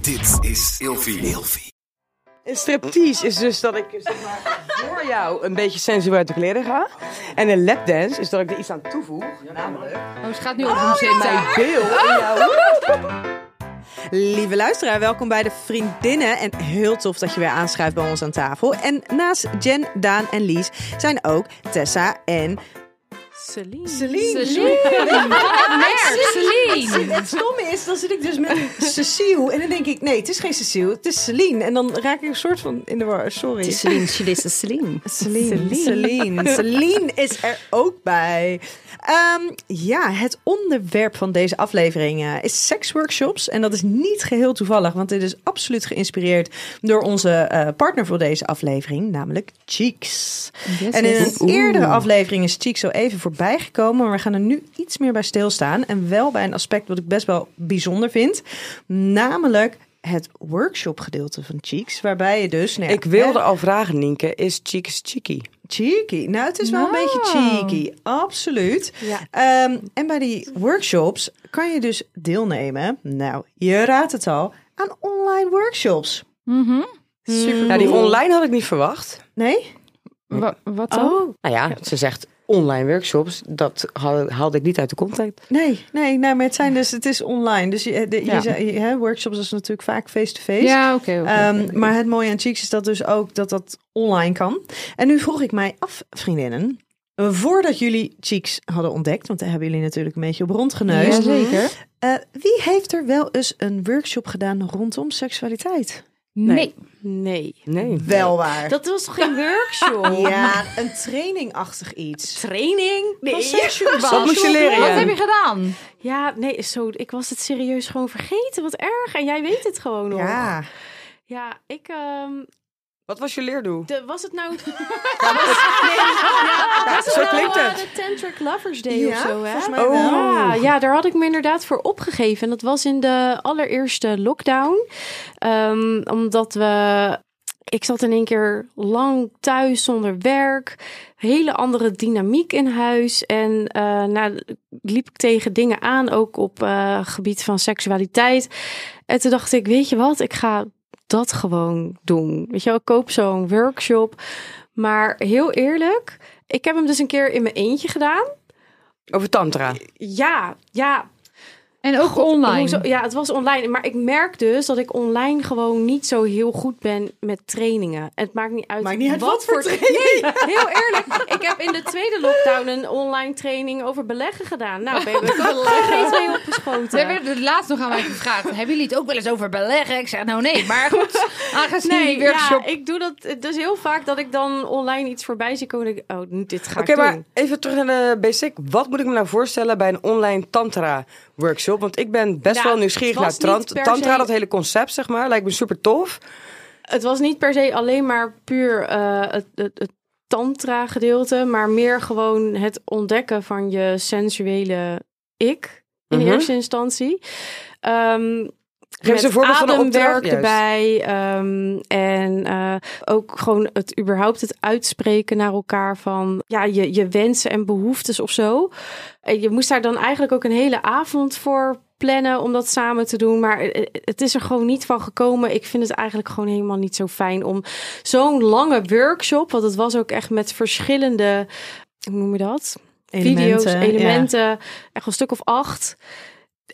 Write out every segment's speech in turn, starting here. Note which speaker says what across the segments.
Speaker 1: Dit is Ilfie.
Speaker 2: Een striptease is dus dat ik zeg maar, voor jou een beetje sensueel te kleren ga. En een lapdance is dat ik er iets aan toevoeg. Namelijk
Speaker 3: Oh, ze gaat nu op hem zitten.
Speaker 2: mijn beel in jouw...
Speaker 4: Oh. Lieve luisteraar, welkom bij de Vriendinnen. En heel tof dat je weer aanschuift bij ons aan tafel. En naast Jen, Daan en Lies zijn ook Tessa en Celine.
Speaker 3: Ah, Celine.
Speaker 4: Het stomme is, dan zit ik dus met Cecile. En dan denk ik, nee, het is geen Cecile, het is Celine. En dan raak ik een soort van in de war. Sorry.
Speaker 5: Celine, she is Celine.
Speaker 4: Celine. Celine. Celine is er ook bij. Ehm, ja, het onderwerp van deze aflevering eh, is seksworkshops. En dat is niet geheel toevallig, want dit is absoluut geïnspireerd door onze eh, partner voor deze aflevering, namelijk Cheeks. en in een eerdere aflevering is Cheeks zo even voorbij gekomen, maar we gaan er nu iets meer bij stilstaan. En wel bij een aspect wat ik best wel bijzonder vind, namelijk het workshop gedeelte van Cheeks, waarbij je dus... nou ja,
Speaker 2: Ik wilde
Speaker 4: hè,
Speaker 2: al vragen, Nienke, is Cheeks Cheeky?
Speaker 4: Cheeky. Nou, het is wel een
Speaker 3: Nou.
Speaker 4: beetje cheeky. Absoluut. Ehm, en bij die workshops kan je dus deelnemen. Nou, je raadt het al. Aan online workshops.
Speaker 5: Mhm.
Speaker 3: Super.
Speaker 2: Nou, die online had ik niet verwacht.
Speaker 4: Nee?
Speaker 3: wat dan?
Speaker 2: Nou ja, ze zegt online workshops, dat haal- haalde ik niet uit de context.
Speaker 4: Nee, nee, nee, maar het zijn dus, het is online. Dus je, de, je
Speaker 3: Ja.
Speaker 4: zei- je- hè, workshops is natuurlijk vaak face-to-face.
Speaker 3: Ja, Eh, oké. oké, oké.
Speaker 4: Ehm, maar het mooie aan Cheeks is dat dus ook dat dat online kan. En nu vroeg ik mij af, vriendinnen, eh, voordat jullie Cheeks hadden ontdekt, want daar hebben jullie natuurlijk een beetje op rondgeneusd.
Speaker 3: Jazeker.
Speaker 4: Eh, wie heeft er wel eens een workshop gedaan rondom seksualiteit?
Speaker 3: Nee.
Speaker 5: Nee.
Speaker 2: Nee.
Speaker 4: Wel waar.
Speaker 5: Dat was toch geen workshop?
Speaker 4: Ja, een trainingachtig iets.
Speaker 5: Training? Nee.
Speaker 4: Van seksueel-
Speaker 2: Wat moest je leren?
Speaker 3: Wat
Speaker 2: Jen?
Speaker 3: heb je gedaan?
Speaker 5: Ja, nee, zo, ik was het serieus gewoon vergeten. Wat erg. En jij weet het gewoon nog.
Speaker 4: Ja.
Speaker 5: Ja, ik... ehm,
Speaker 2: Wat was je leerdoel?
Speaker 5: de, was het nou...
Speaker 2: Ja, zo klinkt
Speaker 5: nou, eh,
Speaker 2: het.
Speaker 5: De Tantric Lovers Day
Speaker 4: Ja,
Speaker 5: of zo, hè?
Speaker 4: volgens mij
Speaker 2: Oh. wel.
Speaker 5: Ja, Ah, ja, daar had ik me inderdaad voor opgegeven. En dat was in de allereerste lockdown. Ehm, omdat we... Ik zat in één keer lang thuis zonder werk. Hele andere dynamiek in huis. En eh nou, liep ik tegen dingen aan, ook op eh, gebied van seksualiteit. En toen dacht ik, weet je wat, ik ga dat gewoon doen. Weet je wel, ik koop zo'n workshop. Maar heel eerlijk, ik heb hem dus een keer in mijn eentje gedaan.
Speaker 2: Over tantra.
Speaker 5: Ja, ja.
Speaker 3: En ook online.
Speaker 5: Hoezo- Ja, het was online. Maar ik merk dus dat ik online gewoon niet zo heel goed ben met trainingen. Het maakt niet uit,
Speaker 4: Maakt niet uit wat voor training.
Speaker 5: Nee, heel eerlijk. Ik heb in de tweede lockdown een online training over beleggen gedaan. Nou, ben ik ook geen twee
Speaker 3: Ze
Speaker 5: opgeschoten.
Speaker 3: hebben het laatst nog aan mij gevraagd. Hebben jullie het ook wel eens over beleggen? Ik zeg nou nee, maar goed. Aangezien dus die workshop...
Speaker 5: ja, ik doe dat eh, dus heel vaak dat ik dan online iets voorbij zie komen. en denk ik, oh, dit ga
Speaker 2: Oké,
Speaker 5: ik doen.
Speaker 2: maar even terug naar de basic. Wat moet ik me nou voorstellen bij een online tantra workshop? Want ik ben best
Speaker 5: Nou,
Speaker 2: wel nieuwsgierig
Speaker 5: het
Speaker 2: naar
Speaker 5: was
Speaker 2: tran-
Speaker 5: niet per
Speaker 2: tantra,
Speaker 5: se- Oh,
Speaker 2: dat hele concept, zeg maar. Lijkt me super tof.
Speaker 5: Het was niet per se alleen maar puur eh, het, het, het tantra gedeelte, maar meer gewoon het ontdekken van je sensuele ik in
Speaker 2: Mhm.
Speaker 5: eerste instantie. Ehm
Speaker 2: Geef eens
Speaker 5: met
Speaker 2: een voorbeeld van een
Speaker 5: ademwerk
Speaker 2: opdracht, juist.
Speaker 5: erbij ehm, en eh, ook gewoon het überhaupt het uitspreken naar elkaar van ja je, je wensen en behoeftes of zo. En Eh, je moest daar dan eigenlijk ook een hele avond voor plannen om dat samen te doen. Maar eh, het is er gewoon niet van gekomen. Ik vind het eigenlijk gewoon helemaal niet zo fijn om zo'n lange workshop. Want het was ook echt met verschillende. Hoe noem je dat? Video's,
Speaker 4: ja.
Speaker 5: elementen. Echt een stuk of acht.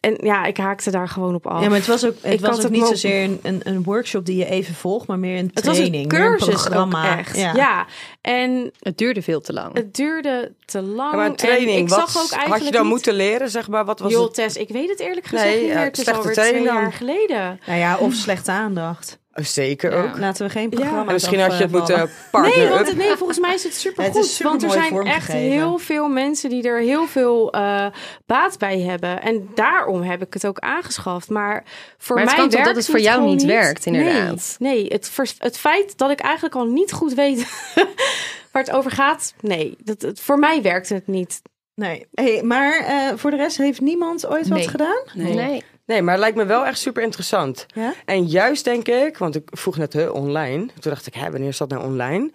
Speaker 5: En ja, ik haakte daar gewoon op
Speaker 4: Ja.
Speaker 5: af.
Speaker 4: maar het was ook, het
Speaker 5: Ik
Speaker 4: was
Speaker 5: had
Speaker 4: ook
Speaker 5: het
Speaker 4: niet
Speaker 5: mo-
Speaker 4: zozeer een, een, een workshop die je even volgt, maar meer een
Speaker 5: het was een
Speaker 4: training, meer
Speaker 5: cursus ook
Speaker 4: een programma.
Speaker 5: echt.
Speaker 4: Ja.
Speaker 5: Ja. En
Speaker 6: Het duurde veel te lang.
Speaker 5: het duurde te lang.
Speaker 2: Ja, maar een
Speaker 5: en
Speaker 2: training,
Speaker 5: ik
Speaker 2: wat
Speaker 5: zag ook eigenlijk
Speaker 2: had je dan
Speaker 5: niet-
Speaker 2: moeten leren, zeg maar? Wat was
Speaker 5: Joh,
Speaker 2: het?
Speaker 5: Tess, ik weet het eerlijk gezegd
Speaker 2: Nee,
Speaker 5: niet
Speaker 2: ja,
Speaker 5: meer. Het is
Speaker 2: slechte
Speaker 5: alweer twee
Speaker 2: training dan.
Speaker 5: jaar geleden.
Speaker 4: Nou ja, of slechte aandacht.
Speaker 2: Oh, Zeker ook.
Speaker 4: Laten we geen
Speaker 5: Ja. Nou,
Speaker 4: programma. eh,
Speaker 2: En misschien had je het moeten
Speaker 5: eh, Nee,
Speaker 2: partner-up.
Speaker 5: want, nee, volgens mij is het supergoed.
Speaker 4: Het is
Speaker 5: want er
Speaker 4: supermooi
Speaker 5: zijn echt
Speaker 4: vormgegeven.
Speaker 5: heel veel mensen die er heel veel eh, baat bij hebben. En daarom heb ik het ook aangeschaft. Maar voor
Speaker 6: Maar het
Speaker 5: mij
Speaker 6: kan toch
Speaker 5: werkt
Speaker 6: dat het voor jou
Speaker 5: gewoon
Speaker 6: niet werkt, inderdaad?
Speaker 5: Nee, nee het, vers- het feit dat ik eigenlijk al niet goed weet waar het over gaat. Nee, dat, het, voor mij werkt het niet.
Speaker 4: Nee. Hey, maar eh, voor de rest heeft niemand ooit
Speaker 3: Nee.
Speaker 4: wat gedaan?
Speaker 6: Nee.
Speaker 2: Nee, maar het lijkt me wel echt super interessant.
Speaker 4: Ja?
Speaker 2: En juist denk ik, want ik vroeg net hè, online. Toen dacht ik, hè, wanneer is dat nou online?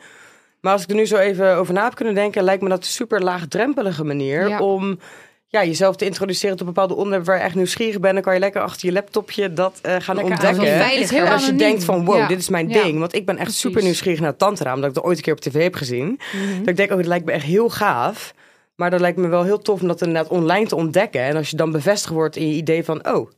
Speaker 2: Maar als ik er nu zo even over na heb kunnen denken, lijkt me dat een super laagdrempelige manier
Speaker 3: Ja.
Speaker 2: om ja, jezelf te introduceren op bepaalde onderwerpen waar je echt nieuwsgierig bent. Dan kan je lekker achter je laptopje dat eh, gaan
Speaker 3: Lekker
Speaker 2: ontdekken.
Speaker 3: aan,
Speaker 2: Als
Speaker 3: veiliger.
Speaker 2: je
Speaker 3: Heel
Speaker 2: Als je
Speaker 3: anoniem.
Speaker 2: denkt van wow,
Speaker 3: Ja.
Speaker 2: dit is mijn
Speaker 3: Ja.
Speaker 2: ding. Want ik ben echt
Speaker 3: Precies.
Speaker 2: super nieuwsgierig naar tantra. Omdat ik dat ooit een keer op tv heb gezien. Dat ik denk, oh, dat lijkt me echt heel gaaf. Maar dat lijkt me wel heel tof om dat inderdaad online te ontdekken. En als je dan bevestigd wordt in je idee van, oh,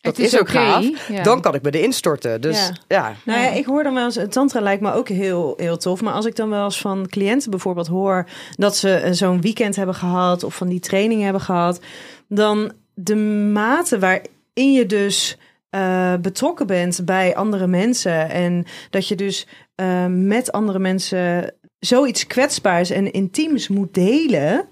Speaker 2: dat
Speaker 3: Het
Speaker 2: is,
Speaker 3: is
Speaker 2: ook
Speaker 3: oké,
Speaker 2: gaaf.
Speaker 3: ja.
Speaker 2: Dan kan ik me erin storten. Dus
Speaker 4: Ja.
Speaker 2: ja.
Speaker 4: Nou ja, ik hoor dan wel eens, tantra lijkt me ook heel, heel tof. Maar als ik dan wel eens van cliënten bijvoorbeeld hoor dat ze eh, zo'n weekend hebben gehad of van die training hebben gehad, dan de mate waarin je dus eh, betrokken bent bij andere mensen en dat je dus eh, met andere mensen zoiets kwetsbaars en intiems moet delen,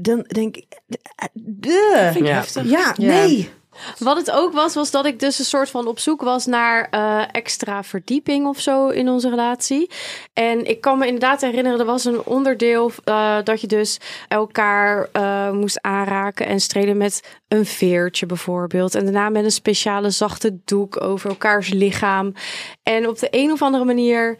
Speaker 4: dan denk ik, eh, duh.
Speaker 2: Ja.
Speaker 4: ja,
Speaker 6: Ja.
Speaker 4: nee.
Speaker 5: Wat het ook was, was dat ik dus een soort van op zoek was naar eh, extra verdieping of zo in onze relatie. En ik kan me inderdaad herinneren, er was een onderdeel eh, dat je dus elkaar eh, moest aanraken en strelen met een veertje bijvoorbeeld. En daarna met een speciale zachte doek over elkaars lichaam. En op de een of andere manier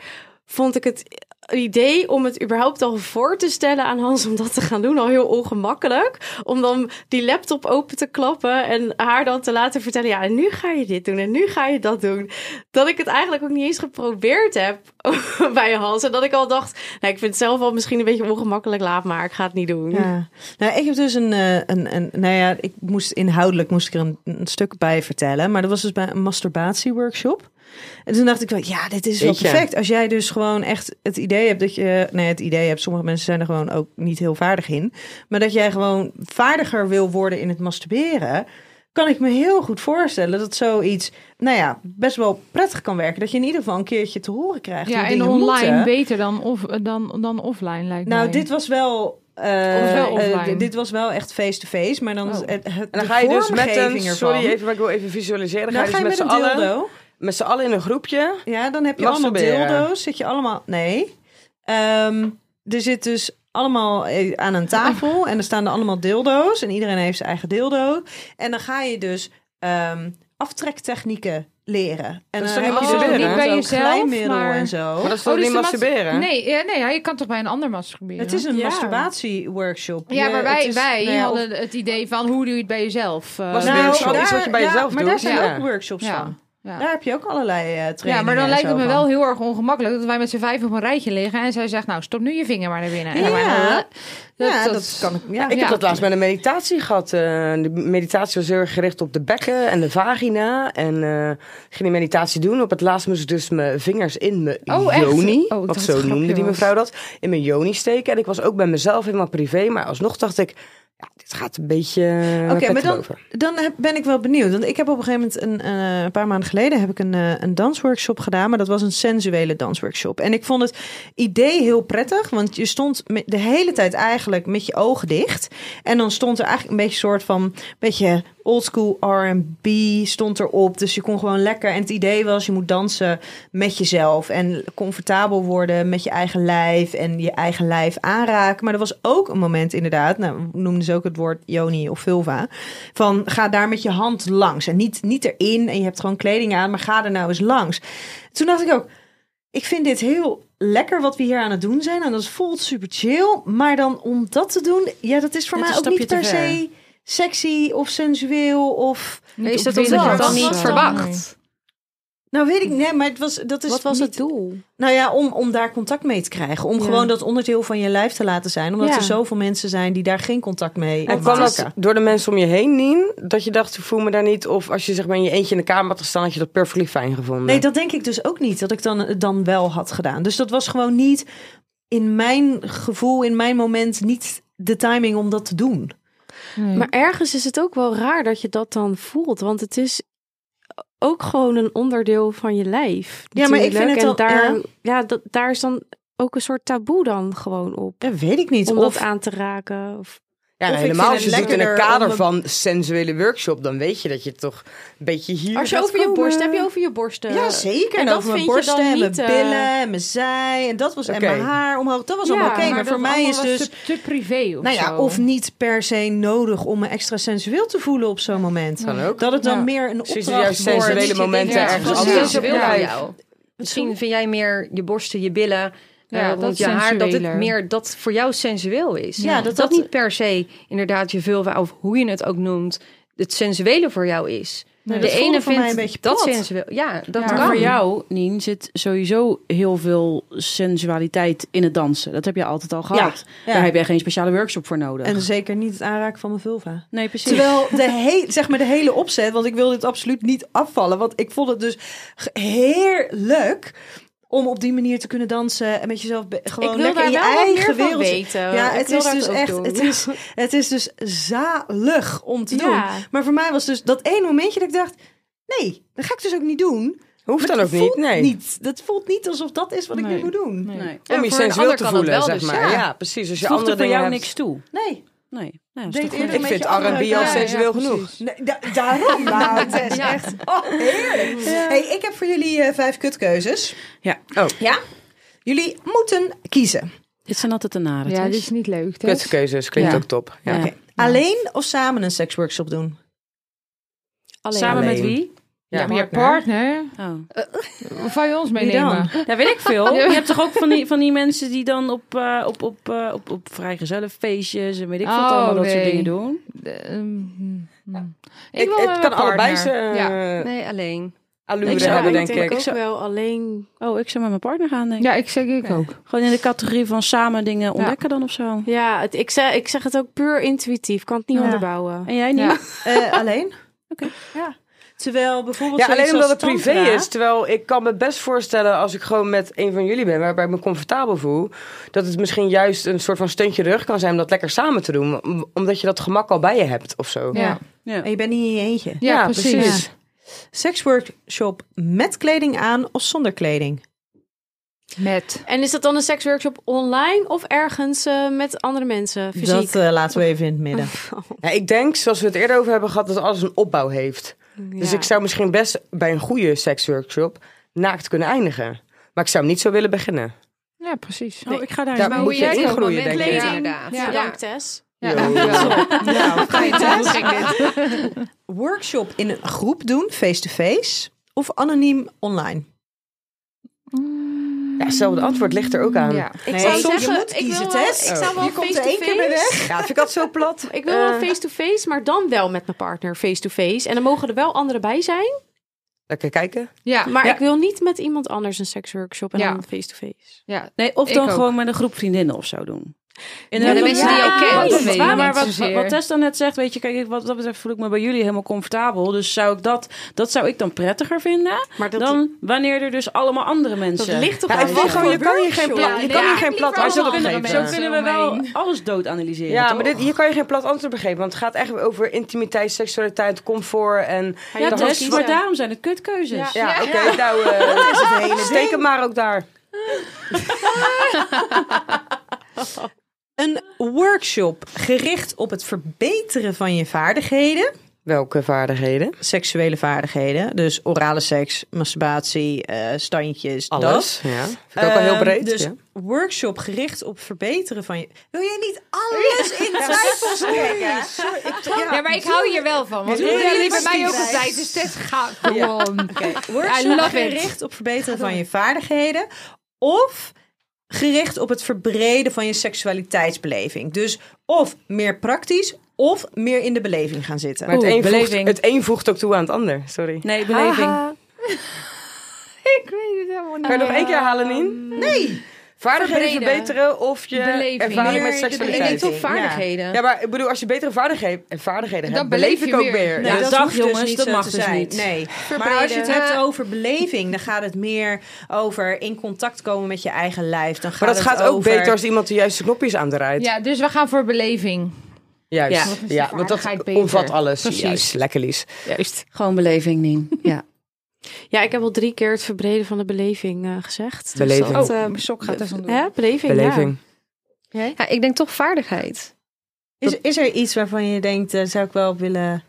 Speaker 5: vond ik het idee om het überhaupt al voor te stellen aan Hans om dat te gaan doen al heel ongemakkelijk. Om dan die laptop open te klappen en haar dan te laten vertellen, ja, en nu ga je dit doen en nu ga je dat doen. Dat ik het eigenlijk ook niet eens geprobeerd heb bij Hans. En dat ik al dacht, nou, ik vind het zelf al misschien een beetje ongemakkelijk, laat maar, ik ga het niet doen.
Speaker 4: Ja. Nou, ik heb dus een, eh, een, een nou ja, ik moest inhoudelijk moest ik er een, een stuk bij vertellen, maar dat was dus bij een masturbatieworkshop. En toen dacht ik wel, ja, dit is wel
Speaker 2: Jeetje.
Speaker 4: perfect. Als jij dus gewoon echt het idee hebt dat je, nee, het idee hebt, sommige mensen zijn er gewoon ook niet heel vaardig in, maar dat jij gewoon vaardiger wil worden in het masturberen, kan ik me heel goed voorstellen dat zoiets, nou ja, best wel prettig kan werken. Dat je in ieder geval een keertje te horen krijgt.
Speaker 1: Ja,
Speaker 4: hoe
Speaker 1: en
Speaker 4: dingen
Speaker 1: online
Speaker 4: moeten.
Speaker 1: beter dan, off, dan, dan offline lijkt
Speaker 4: Nou,
Speaker 1: mij.
Speaker 4: dit was wel. eh,
Speaker 1: was wel
Speaker 4: eh,
Speaker 1: offline.
Speaker 4: dit was wel echt face-to-face, maar dan is
Speaker 1: Oh.
Speaker 4: het, het
Speaker 2: En dan
Speaker 4: de
Speaker 2: ga je dus met
Speaker 4: vormgeving
Speaker 2: een,
Speaker 4: ervan. Nou,
Speaker 2: sorry even, maar ik wil even visualiseren. Dan
Speaker 4: dan
Speaker 2: ga je dus met z'n
Speaker 4: een dildo. Oh,
Speaker 2: allen, met z'n allen in een groepje.
Speaker 4: Ja, dan heb je allemaal
Speaker 2: Masturberen.
Speaker 4: dildo's. Zit je allemaal. Nee. Ehm, er zit dus allemaal eh, aan een tafel en er staan er allemaal dildo's en iedereen heeft zijn eigen dildo. En dan ga je dus ehm, aftrektechnieken leren. En
Speaker 2: is
Speaker 4: dan heb
Speaker 2: dan
Speaker 4: je dus
Speaker 2: masturberen,
Speaker 1: niet bij
Speaker 4: zo'n
Speaker 1: jezelf,
Speaker 4: glijmiddel
Speaker 1: maar-
Speaker 4: en zo.
Speaker 2: Maar dat is toch
Speaker 1: dus
Speaker 2: niet
Speaker 1: de mas-
Speaker 2: masturberen?
Speaker 1: Nee, ja, nee ja, je kan toch bij een ander masturberen?
Speaker 4: het is een
Speaker 5: Ja.
Speaker 4: masturbatieworkshop.
Speaker 1: ja,
Speaker 4: Je-
Speaker 1: maar wij,
Speaker 4: het is-
Speaker 1: wij
Speaker 4: nou ja, of-
Speaker 1: hadden het idee van hoe doe je het bij jezelf? eh,
Speaker 2: Was het
Speaker 1: ja.
Speaker 2: weer zoiets wat je bij jezelf
Speaker 4: maar
Speaker 2: doet?
Speaker 4: daar zijn
Speaker 1: Ja.
Speaker 4: ook workshops van.
Speaker 1: ja.
Speaker 4: Daar heb je ook allerlei eh trainingen.
Speaker 1: Ja, maar dan
Speaker 4: en
Speaker 1: lijkt het
Speaker 4: zo
Speaker 1: me
Speaker 4: van.
Speaker 1: wel heel erg ongemakkelijk dat wij met z'n vijf op een rijtje liggen en zij zegt, nou stop nu je vinger maar naar binnen. En dan
Speaker 4: Ja.
Speaker 1: maar, eh,
Speaker 4: Ja, dat kan ik. Ja.
Speaker 2: Ik
Speaker 1: Oh, Ja.
Speaker 2: heb dat laatst met een meditatie gehad. eh, de meditatie was heel erg gericht op de bekken en de vagina. En eh, ik ging die meditatie doen. Op het laatst moest ik dus mijn vingers in mijn
Speaker 1: Oh, echt?
Speaker 2: joni.
Speaker 1: Oh, ik
Speaker 2: wat
Speaker 1: dacht dat
Speaker 2: zo
Speaker 1: het een
Speaker 2: noemde die
Speaker 1: grapje
Speaker 2: mevrouw dat. In mijn joni steken. En ik was ook bij mezelf helemaal privé. Maar alsnog dacht ik, ja, dit gaat een beetje eh, Oké,
Speaker 4: Oké, maar dan, dan heb- ben ik wel benieuwd. Want ik heb op een gegeven moment, een, eh, een paar maanden geleden, heb ik een, eh, een dansworkshop gedaan. Maar dat was een sensuele dansworkshop. En ik vond het idee heel prettig. Want je stond me- de hele tijd eigenlijk met je ogen dicht. En dan stond er eigenlijk een beetje een soort van, beetje oldschool R&B stond erop. Dus je kon gewoon lekker. En het idee was, je moet dansen met jezelf. En comfortabel worden met je eigen lijf. En je eigen lijf aanraken. Maar er was ook een moment inderdaad, nou noemden ze ook het woord Joni of vulva. Van ga daar met je hand langs. En niet, niet erin. En je hebt gewoon kleding aan, maar ga er nou eens langs. Toen dacht ik ook, ik vind dit heel lekker wat we hier aan het doen zijn. En dat voelt super chill. Maar dan om dat te doen, ja, dat is voor
Speaker 5: Net
Speaker 4: mij
Speaker 5: een
Speaker 4: ook niet
Speaker 5: stapje
Speaker 4: per
Speaker 5: te
Speaker 4: se sensueel of sensueel of...
Speaker 5: Is dat
Speaker 1: opwindend.
Speaker 5: omdat je het dan
Speaker 1: Dat
Speaker 5: niet
Speaker 1: was
Speaker 5: verwacht?
Speaker 4: Nou, weet ik niet, maar het was, dat is
Speaker 5: Wat Dus was
Speaker 4: niet-
Speaker 5: het doel?
Speaker 4: Nou ja, om, om daar contact mee te krijgen. Om
Speaker 5: Ja.
Speaker 4: gewoon dat onderdeel van je lijf te laten zijn. Omdat
Speaker 5: Ja.
Speaker 4: er zoveel mensen zijn die daar geen contact mee
Speaker 2: En
Speaker 1: Oh,
Speaker 4: hebben.
Speaker 2: kwam dat door de mensen om je heen, Nien? Dat je dacht, ik voel me daar niet. Of als je zeg maar in je eentje in de kamer had gestaan, had je dat perfectly fijn gevonden.
Speaker 4: Nee, dat denk ik dus ook niet. Dat ik dan, het dan wel had gedaan. Dus dat was gewoon niet in mijn gevoel, in mijn moment, niet de timing om dat te doen. Mm.
Speaker 1: Nee.
Speaker 5: Maar ergens is het ook wel raar dat je dat dan voelt, want het is ook gewoon een onderdeel van je lijf.
Speaker 4: Ja, maar ik vind
Speaker 5: natuurlijk.
Speaker 4: het
Speaker 5: en
Speaker 4: al-
Speaker 5: daar,
Speaker 4: ja.
Speaker 5: ja. dat, daar is dan ook een soort taboe dan gewoon op.
Speaker 4: Dat weet ik niet.
Speaker 5: Om
Speaker 4: Of,
Speaker 5: dat aan te raken. Of...
Speaker 2: Ja,
Speaker 4: Of
Speaker 2: nou,
Speaker 4: ik
Speaker 2: helemaal als
Speaker 4: vind
Speaker 2: je
Speaker 4: het
Speaker 2: doet in een
Speaker 4: lekkerder
Speaker 2: kader
Speaker 4: om een-
Speaker 2: van sensuele workshop, dan weet je dat je toch een beetje hier.
Speaker 5: Als je
Speaker 2: gaat
Speaker 5: over je
Speaker 2: komen.
Speaker 5: borst, heb je over je borsten.
Speaker 4: ja, zeker.
Speaker 5: en
Speaker 4: En,
Speaker 5: dat
Speaker 4: over mijn
Speaker 5: vind je
Speaker 4: borsten
Speaker 5: dan
Speaker 4: en mijn
Speaker 5: niet, eh,
Speaker 4: billen en mijn zij. En dat was
Speaker 2: Oké.
Speaker 4: en mijn haar omhoog. Dat was
Speaker 5: Ja,
Speaker 4: allemaal oké.
Speaker 5: maar
Speaker 4: Maar, voor mij is dus...
Speaker 1: te, te privé of
Speaker 4: nou ja,
Speaker 1: zo.
Speaker 4: of niet per se nodig om me extra sensueel te voelen op zo'n moment.
Speaker 2: Kan ook.
Speaker 4: Dat het dan
Speaker 1: Ja.
Speaker 4: meer een
Speaker 2: Precies,
Speaker 4: opdracht
Speaker 2: juist
Speaker 4: wordt.
Speaker 2: sensuele
Speaker 4: Dat je
Speaker 6: dus
Speaker 2: momenten
Speaker 4: denkt,
Speaker 2: ergens
Speaker 4: ja,
Speaker 1: anders.
Speaker 4: precies.
Speaker 1: Ja.
Speaker 6: jou. Misschien vind jij meer je borsten, je billen
Speaker 1: Ja,
Speaker 6: eh,
Speaker 1: dat
Speaker 6: rond
Speaker 1: is
Speaker 6: je haar. Dat het
Speaker 1: sensueler.
Speaker 6: meer dat voor jou sensueel is.
Speaker 1: Ja,
Speaker 6: dat, dat niet per se inderdaad je vulva of hoe je het ook noemt, het sensuele voor jou is.
Speaker 4: Nee,
Speaker 6: de
Speaker 4: dat voelde
Speaker 6: ene
Speaker 4: voor mij
Speaker 6: vindt
Speaker 4: een beetje
Speaker 6: dat
Speaker 4: plat.
Speaker 6: sensueel. Ja, dat
Speaker 1: Ja.
Speaker 7: Maar
Speaker 6: kan.
Speaker 7: voor jou, Nien, zit sowieso heel veel sensualiteit in het dansen. Dat heb je altijd al gehad.
Speaker 4: ja.
Speaker 7: Daar heb jij geen speciale workshop voor nodig.
Speaker 4: En zeker niet het aanraken van de vulva.
Speaker 7: Nee, precies.
Speaker 4: Terwijl de, he- zeg maar de hele opzet, want ik wil dit absoluut niet afvallen. Want ik vond het dus ge- heerlijk om op die manier te kunnen dansen en met jezelf be- gewoon
Speaker 5: Ik wil
Speaker 4: lekker in
Speaker 5: daar
Speaker 4: je
Speaker 5: wel wat
Speaker 4: eigen
Speaker 5: meer van
Speaker 4: wereld.
Speaker 5: weten.
Speaker 4: Ja,
Speaker 5: Ik
Speaker 4: het
Speaker 5: wil
Speaker 4: is
Speaker 5: dat
Speaker 4: dus
Speaker 5: ook
Speaker 4: echt,
Speaker 5: doen.
Speaker 4: het is, het is dus zalig om te doen.
Speaker 5: Ja.
Speaker 4: Maar voor mij was dus dat één momentje dat ik dacht, nee, dat ga ik dus ook niet doen.
Speaker 2: Hoeft
Speaker 4: Maar
Speaker 2: dan ook
Speaker 4: dat voelt
Speaker 2: niet. Nee.
Speaker 4: niet. Dat voelt niet alsof dat is wat ik nu
Speaker 1: Nee.
Speaker 4: moet doen. Nee.
Speaker 7: Nee.
Speaker 2: Om je
Speaker 6: voor een
Speaker 2: sensueel
Speaker 6: ander
Speaker 2: te
Speaker 6: kan het
Speaker 2: voelen,
Speaker 6: wel,
Speaker 2: zeg
Speaker 6: dus
Speaker 2: maar.
Speaker 6: ja.
Speaker 2: Ja. precies. Als je
Speaker 7: Het voegt
Speaker 2: andere
Speaker 7: er voor
Speaker 2: dingen
Speaker 7: jou
Speaker 2: hebt.
Speaker 7: niks toe. Nee. Nou, dat is
Speaker 4: Deed
Speaker 7: toch
Speaker 4: eerder
Speaker 7: goed.
Speaker 4: een
Speaker 2: Ik
Speaker 4: beetje
Speaker 2: vind
Speaker 4: andere
Speaker 2: R&B al
Speaker 4: kant.
Speaker 2: sensueel
Speaker 1: Ja,
Speaker 2: genoeg.
Speaker 1: precies.
Speaker 4: Nee, da- daarom, nou, het is echt oh, heerlijk. Hey, ik heb voor jullie eh, vijf kutkeuzes.
Speaker 7: Ja.
Speaker 2: Oh.
Speaker 4: Ja? Jullie moeten kiezen.
Speaker 7: Dit zijn altijd de nare.
Speaker 1: Ja,
Speaker 7: Tess.
Speaker 1: dit is niet leuk. Tess.
Speaker 2: Kutkeuzes klinkt
Speaker 7: Ja.
Speaker 2: ook top. Ja.
Speaker 7: Ja.
Speaker 4: Oké. Alleen of samen een seksworkshop doen?
Speaker 5: Alleen.
Speaker 7: Samen
Speaker 2: Alleen.
Speaker 7: met wie?
Speaker 1: Ja, maar je
Speaker 4: partner.
Speaker 1: partner,
Speaker 7: Oh.
Speaker 1: wat zou je ons
Speaker 4: Wie dan?
Speaker 1: meenemen?
Speaker 7: Ja, weet ik veel. Je hebt toch ook van die, van die mensen die dan op, eh op, op, eh, op, op vrijgezellenfeestjes en weet ik veel wat
Speaker 1: Oh,
Speaker 7: allemaal dat soort
Speaker 1: nee.
Speaker 7: dingen doen.
Speaker 1: De- ehm, hmm, hmm. Ik,
Speaker 2: Ik,
Speaker 1: wil
Speaker 2: eh, het
Speaker 1: met
Speaker 2: kan
Speaker 1: mijn
Speaker 2: allebei
Speaker 1: partner.
Speaker 2: zijn
Speaker 1: Ja.
Speaker 2: eh,
Speaker 6: Nee, alleen.
Speaker 2: allure
Speaker 7: Ik zou-
Speaker 2: hebben, denk
Speaker 5: ik
Speaker 2: ik.
Speaker 5: ook wel alleen.
Speaker 7: Oh, ik zou met mijn partner gaan, denk ik.
Speaker 1: ja, ik zeg ik ook.
Speaker 7: Gewoon in de categorie van samen dingen ontdekken dan of zo.
Speaker 5: Ja, het, ik, zeg, ik zeg het ook puur intuïtief. Kan het niet
Speaker 4: Ja.
Speaker 5: onderbouwen.
Speaker 7: En jij niet?
Speaker 1: Ja.
Speaker 4: Eh, alleen.
Speaker 7: Oké.
Speaker 4: Ja. Terwijl bijvoorbeeld
Speaker 2: Ja,
Speaker 4: zoiets
Speaker 2: alleen omdat het
Speaker 4: als
Speaker 2: privé
Speaker 4: tantra-
Speaker 2: is. Terwijl ik kan me best voorstellen als ik gewoon met een van jullie ben, waarbij ik me comfortabel voel, dat het misschien juist een soort van steuntje in de rug kan zijn om dat lekker samen te doen. om- Omdat je dat gemak al bij je hebt of zo.
Speaker 1: Ja, ja.
Speaker 7: Ja.
Speaker 4: En Oh, je bent niet in je eentje.
Speaker 2: Ja,
Speaker 1: precies.
Speaker 2: precies.
Speaker 4: Seksworkshop met kleding aan of zonder kleding?
Speaker 1: Met.
Speaker 5: En is dat dan een seksworkshop online of ergens eh, met andere mensen? Fysiek?
Speaker 4: Dat eh, laten we even in het midden.
Speaker 2: Ja, ik denk, zoals we het eerder over hebben gehad, dat alles een opbouw heeft. Dus
Speaker 4: eh,
Speaker 5: Ja.
Speaker 2: ik zou misschien best bij een goede seksworkshop naakt kunnen eindigen. Maar ik zou hem niet zo willen beginnen.
Speaker 1: Ja, precies.
Speaker 7: Oh, ik ga daar
Speaker 2: Daar
Speaker 7: eens
Speaker 2: moet je
Speaker 1: jij
Speaker 2: in
Speaker 1: ook
Speaker 2: groeien, denk
Speaker 6: Ja,
Speaker 2: ik.
Speaker 5: Kleding.
Speaker 6: inderdaad.
Speaker 1: Ja.
Speaker 5: Bedankt, Tess.
Speaker 1: Ja.
Speaker 2: Yo.
Speaker 4: Nou,
Speaker 6: Ga je thuis? Ging dit?
Speaker 4: workshop in een groep doen, face-to-face. Of anoniem online?
Speaker 2: Ja, hetzelfde antwoord ligt er ook aan. Ja,
Speaker 1: Ja.
Speaker 5: Ik
Speaker 4: Nee,
Speaker 5: zou
Speaker 4: soms- je
Speaker 5: zeggen,
Speaker 4: moet
Speaker 5: ik,
Speaker 4: kiezen,
Speaker 5: wil wel, ik
Speaker 4: Tess.
Speaker 5: zou wel
Speaker 4: Je komt er één keer mee
Speaker 5: face-to-face.
Speaker 2: dat vind ik altijd zo plat.
Speaker 5: Ik wil wel face-to-face, maar dan wel met mijn partner face-to-face. En dan mogen er wel anderen bij zijn.
Speaker 2: Lekker kijken.
Speaker 1: Ja.
Speaker 5: Maar ik wil niet met iemand anders een seksworkshop en
Speaker 1: Ja.
Speaker 5: dan face-to-face.
Speaker 1: ja.
Speaker 7: Nee, of
Speaker 1: Ik
Speaker 7: dan
Speaker 1: ook.
Speaker 7: gewoon met een groep vriendinnen of zo doen. En
Speaker 6: de mensen die je kent,
Speaker 1: dat weet ik
Speaker 7: maar,
Speaker 1: niet
Speaker 7: wat,
Speaker 1: zozeer.
Speaker 7: wat Tess dan net zegt, weet je, kijk, ik- wat dat betreft voel ik me bij jullie helemaal comfortabel. Dus zou ik dat, dat zou ik dan prettiger vinden
Speaker 5: Maar dat,
Speaker 7: dan wanneer er dus allemaal andere
Speaker 5: dat
Speaker 7: mensen.
Speaker 5: ligt toch
Speaker 2: Ja, ik
Speaker 5: aan
Speaker 2: vind
Speaker 5: wat
Speaker 2: gewoon, je
Speaker 5: voor
Speaker 2: kan hier geen,
Speaker 5: workshop?
Speaker 2: plat,
Speaker 1: Ja,
Speaker 2: je
Speaker 1: nee,
Speaker 2: kan hier
Speaker 1: ik
Speaker 2: geen
Speaker 1: liep
Speaker 2: plat
Speaker 1: er
Speaker 2: antwoord op
Speaker 1: allemaal andere
Speaker 2: geven.
Speaker 7: Zo
Speaker 1: mensen.
Speaker 7: kunnen we wel
Speaker 1: Omheen.
Speaker 7: alles dood analyseren.
Speaker 2: Ja, maar
Speaker 7: toch?
Speaker 2: dit, hier kan je geen plat antwoord op geven. Want het gaat echt over intimiteit, seksualiteit, comfort en...
Speaker 5: Ja,
Speaker 7: Ja,
Speaker 5: dat
Speaker 7: Tess,
Speaker 5: is-
Speaker 7: maar daarom zijn het kutkeuzes.
Speaker 5: Ja.
Speaker 2: Ja, oké, nou, eh, steek hem maar ook daar.
Speaker 4: Een workshop gericht op het verbeteren van je vaardigheden.
Speaker 2: Welke vaardigheden?
Speaker 4: Seksuele vaardigheden. Dus orale seks, masturbatie, eh, standjes, dat.
Speaker 2: Alles. Ja. Vind ik ook al heel
Speaker 4: Ehm,
Speaker 2: breed.
Speaker 4: Dus
Speaker 2: ja.
Speaker 4: workshop gericht op verbeteren van je... Wil jij niet alles in twijfels trekken? Sorry, ik- ja.
Speaker 1: Ja, maar ik hou hier wel van. Want
Speaker 4: Nee,
Speaker 1: jullie
Speaker 4: nee,
Speaker 1: hebben bij
Speaker 4: precies.
Speaker 1: mij ook altijd. Dus Tess, ga gewoon. I
Speaker 4: Workshop
Speaker 1: love it.
Speaker 4: gericht op verbeteren van je vaardigheden. Of gericht op het verbreden van je seksualiteitsbeleving. Dus of meer praktisch... Of meer in de beleving gaan zitten.
Speaker 2: Maar het,
Speaker 7: Oeh,
Speaker 2: een voegt,
Speaker 7: beleving.
Speaker 2: het een voegt ook toe aan het ander. Sorry.
Speaker 7: Nee, beleving.
Speaker 1: Ah. Ik weet het helemaal niet.
Speaker 2: Kan je nog één keer halen, Nien?
Speaker 4: Nee.
Speaker 2: Vaardigheden
Speaker 1: verbreden.
Speaker 2: verbeteren of je
Speaker 1: Beleving.
Speaker 2: ervaring
Speaker 4: Meer
Speaker 2: met
Speaker 4: de
Speaker 6: Ik denk
Speaker 2: seksualiteit.
Speaker 6: toch
Speaker 4: Ja.
Speaker 6: vaardigheden.
Speaker 2: Ja, maar ik bedoel, als je betere vaardigheden, eh, vaardigheden
Speaker 1: Dan
Speaker 2: hebt, beleef
Speaker 1: beleef
Speaker 2: ik
Speaker 1: je
Speaker 2: ook
Speaker 1: meer.
Speaker 2: weer.
Speaker 7: Ja,
Speaker 4: Nou,
Speaker 7: dag,
Speaker 4: hoeft
Speaker 7: jongens,
Speaker 4: niet
Speaker 7: dat
Speaker 4: zo
Speaker 7: mag
Speaker 4: te
Speaker 7: dus
Speaker 4: zijn.
Speaker 7: niet.
Speaker 4: Nee. Maar als je het hebt over beleving, dan gaat het meer over in contact komen met je eigen lijf. Dan gaat
Speaker 2: Maar dat
Speaker 4: het
Speaker 2: gaat ook
Speaker 4: over-
Speaker 2: beter als iemand de juiste knopjes aandraait.
Speaker 1: Ja, dus we gaan voor beleving.
Speaker 7: Ja.
Speaker 2: Juist.
Speaker 1: Dat
Speaker 2: Ja,
Speaker 1: is de
Speaker 2: want
Speaker 1: vaardigheid
Speaker 2: dat
Speaker 1: beter.
Speaker 2: omvat alles.
Speaker 1: Precies.
Speaker 2: Juist. Lekker Lies.
Speaker 7: Juist. Gewoon beleving, Nien. Ja.
Speaker 5: Ja, ik heb al drie keer het verbreden van de beleving eh, gezegd. Dus
Speaker 2: Beleving.
Speaker 5: dat, eh,
Speaker 1: sok
Speaker 5: gaat
Speaker 1: even
Speaker 5: hè, beleving,
Speaker 2: Beleving.
Speaker 6: Ja, ik denk toch vaardigheid.
Speaker 4: Is, is er iets waarvan je denkt, eh, zou ik wel willen...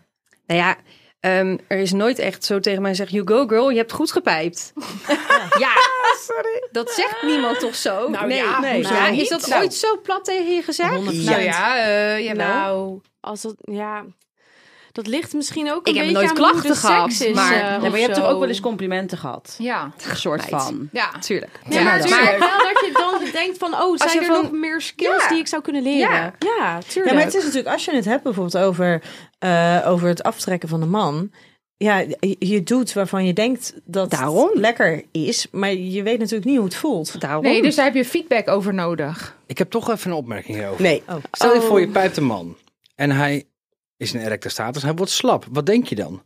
Speaker 6: Nou ja, ehm, er is nooit echt zo tegen mij gezegd... You go girl, je hebt goed gepijpt. ja, Ah, sorry. Dat zegt niemand toch zo?
Speaker 1: Nou
Speaker 6: nee.
Speaker 1: ja,
Speaker 6: nee.
Speaker 1: hoezo
Speaker 6: Ja,
Speaker 1: niet?
Speaker 6: is dat
Speaker 1: Nou.
Speaker 6: ooit zo plat tegen je gezegd?
Speaker 1: Nou ja, eh,
Speaker 5: ja.
Speaker 1: jawel.
Speaker 5: Als dat, ja, Dat ligt misschien
Speaker 6: Ik
Speaker 5: ook een
Speaker 6: heb
Speaker 5: beetje
Speaker 6: nooit
Speaker 5: aan hoe
Speaker 6: klachten
Speaker 5: de
Speaker 6: gehad,
Speaker 5: seks is,
Speaker 6: maar-
Speaker 5: eh,
Speaker 6: Nee,
Speaker 5: of
Speaker 7: maar je hebt toch
Speaker 5: zo.
Speaker 7: ook wel eens complimenten gehad?
Speaker 1: Ja.
Speaker 6: Een soort
Speaker 7: Meid.
Speaker 6: van.
Speaker 1: Ja.
Speaker 6: Tuurlijk.
Speaker 5: Ja, maar
Speaker 6: dat-
Speaker 5: tuurlijk. Wel dat je dan denkt van, oh, zijn
Speaker 6: je
Speaker 5: er
Speaker 6: van-
Speaker 5: nog meer skills
Speaker 6: Ja.
Speaker 5: die ik zou kunnen leren?
Speaker 6: Ja.
Speaker 5: Ja,
Speaker 4: Ja,
Speaker 5: tuurlijk.
Speaker 4: maar het is natuurlijk, als je het hebt bijvoorbeeld over, eh, over het aftrekken van de man. Ja, je, je doet waarvan je denkt dat
Speaker 6: Daarom.
Speaker 4: het lekker is, maar je weet natuurlijk niet hoe het voelt.
Speaker 6: Daarom.
Speaker 1: Nee, dus daar heb je feedback over nodig.
Speaker 8: Ik heb toch even een opmerking hierover.
Speaker 2: Nee.
Speaker 4: Oh.
Speaker 8: Stel je voor, je pijpt een man. En hij is in erecte status. Hij wordt slap. Wat denk je dan?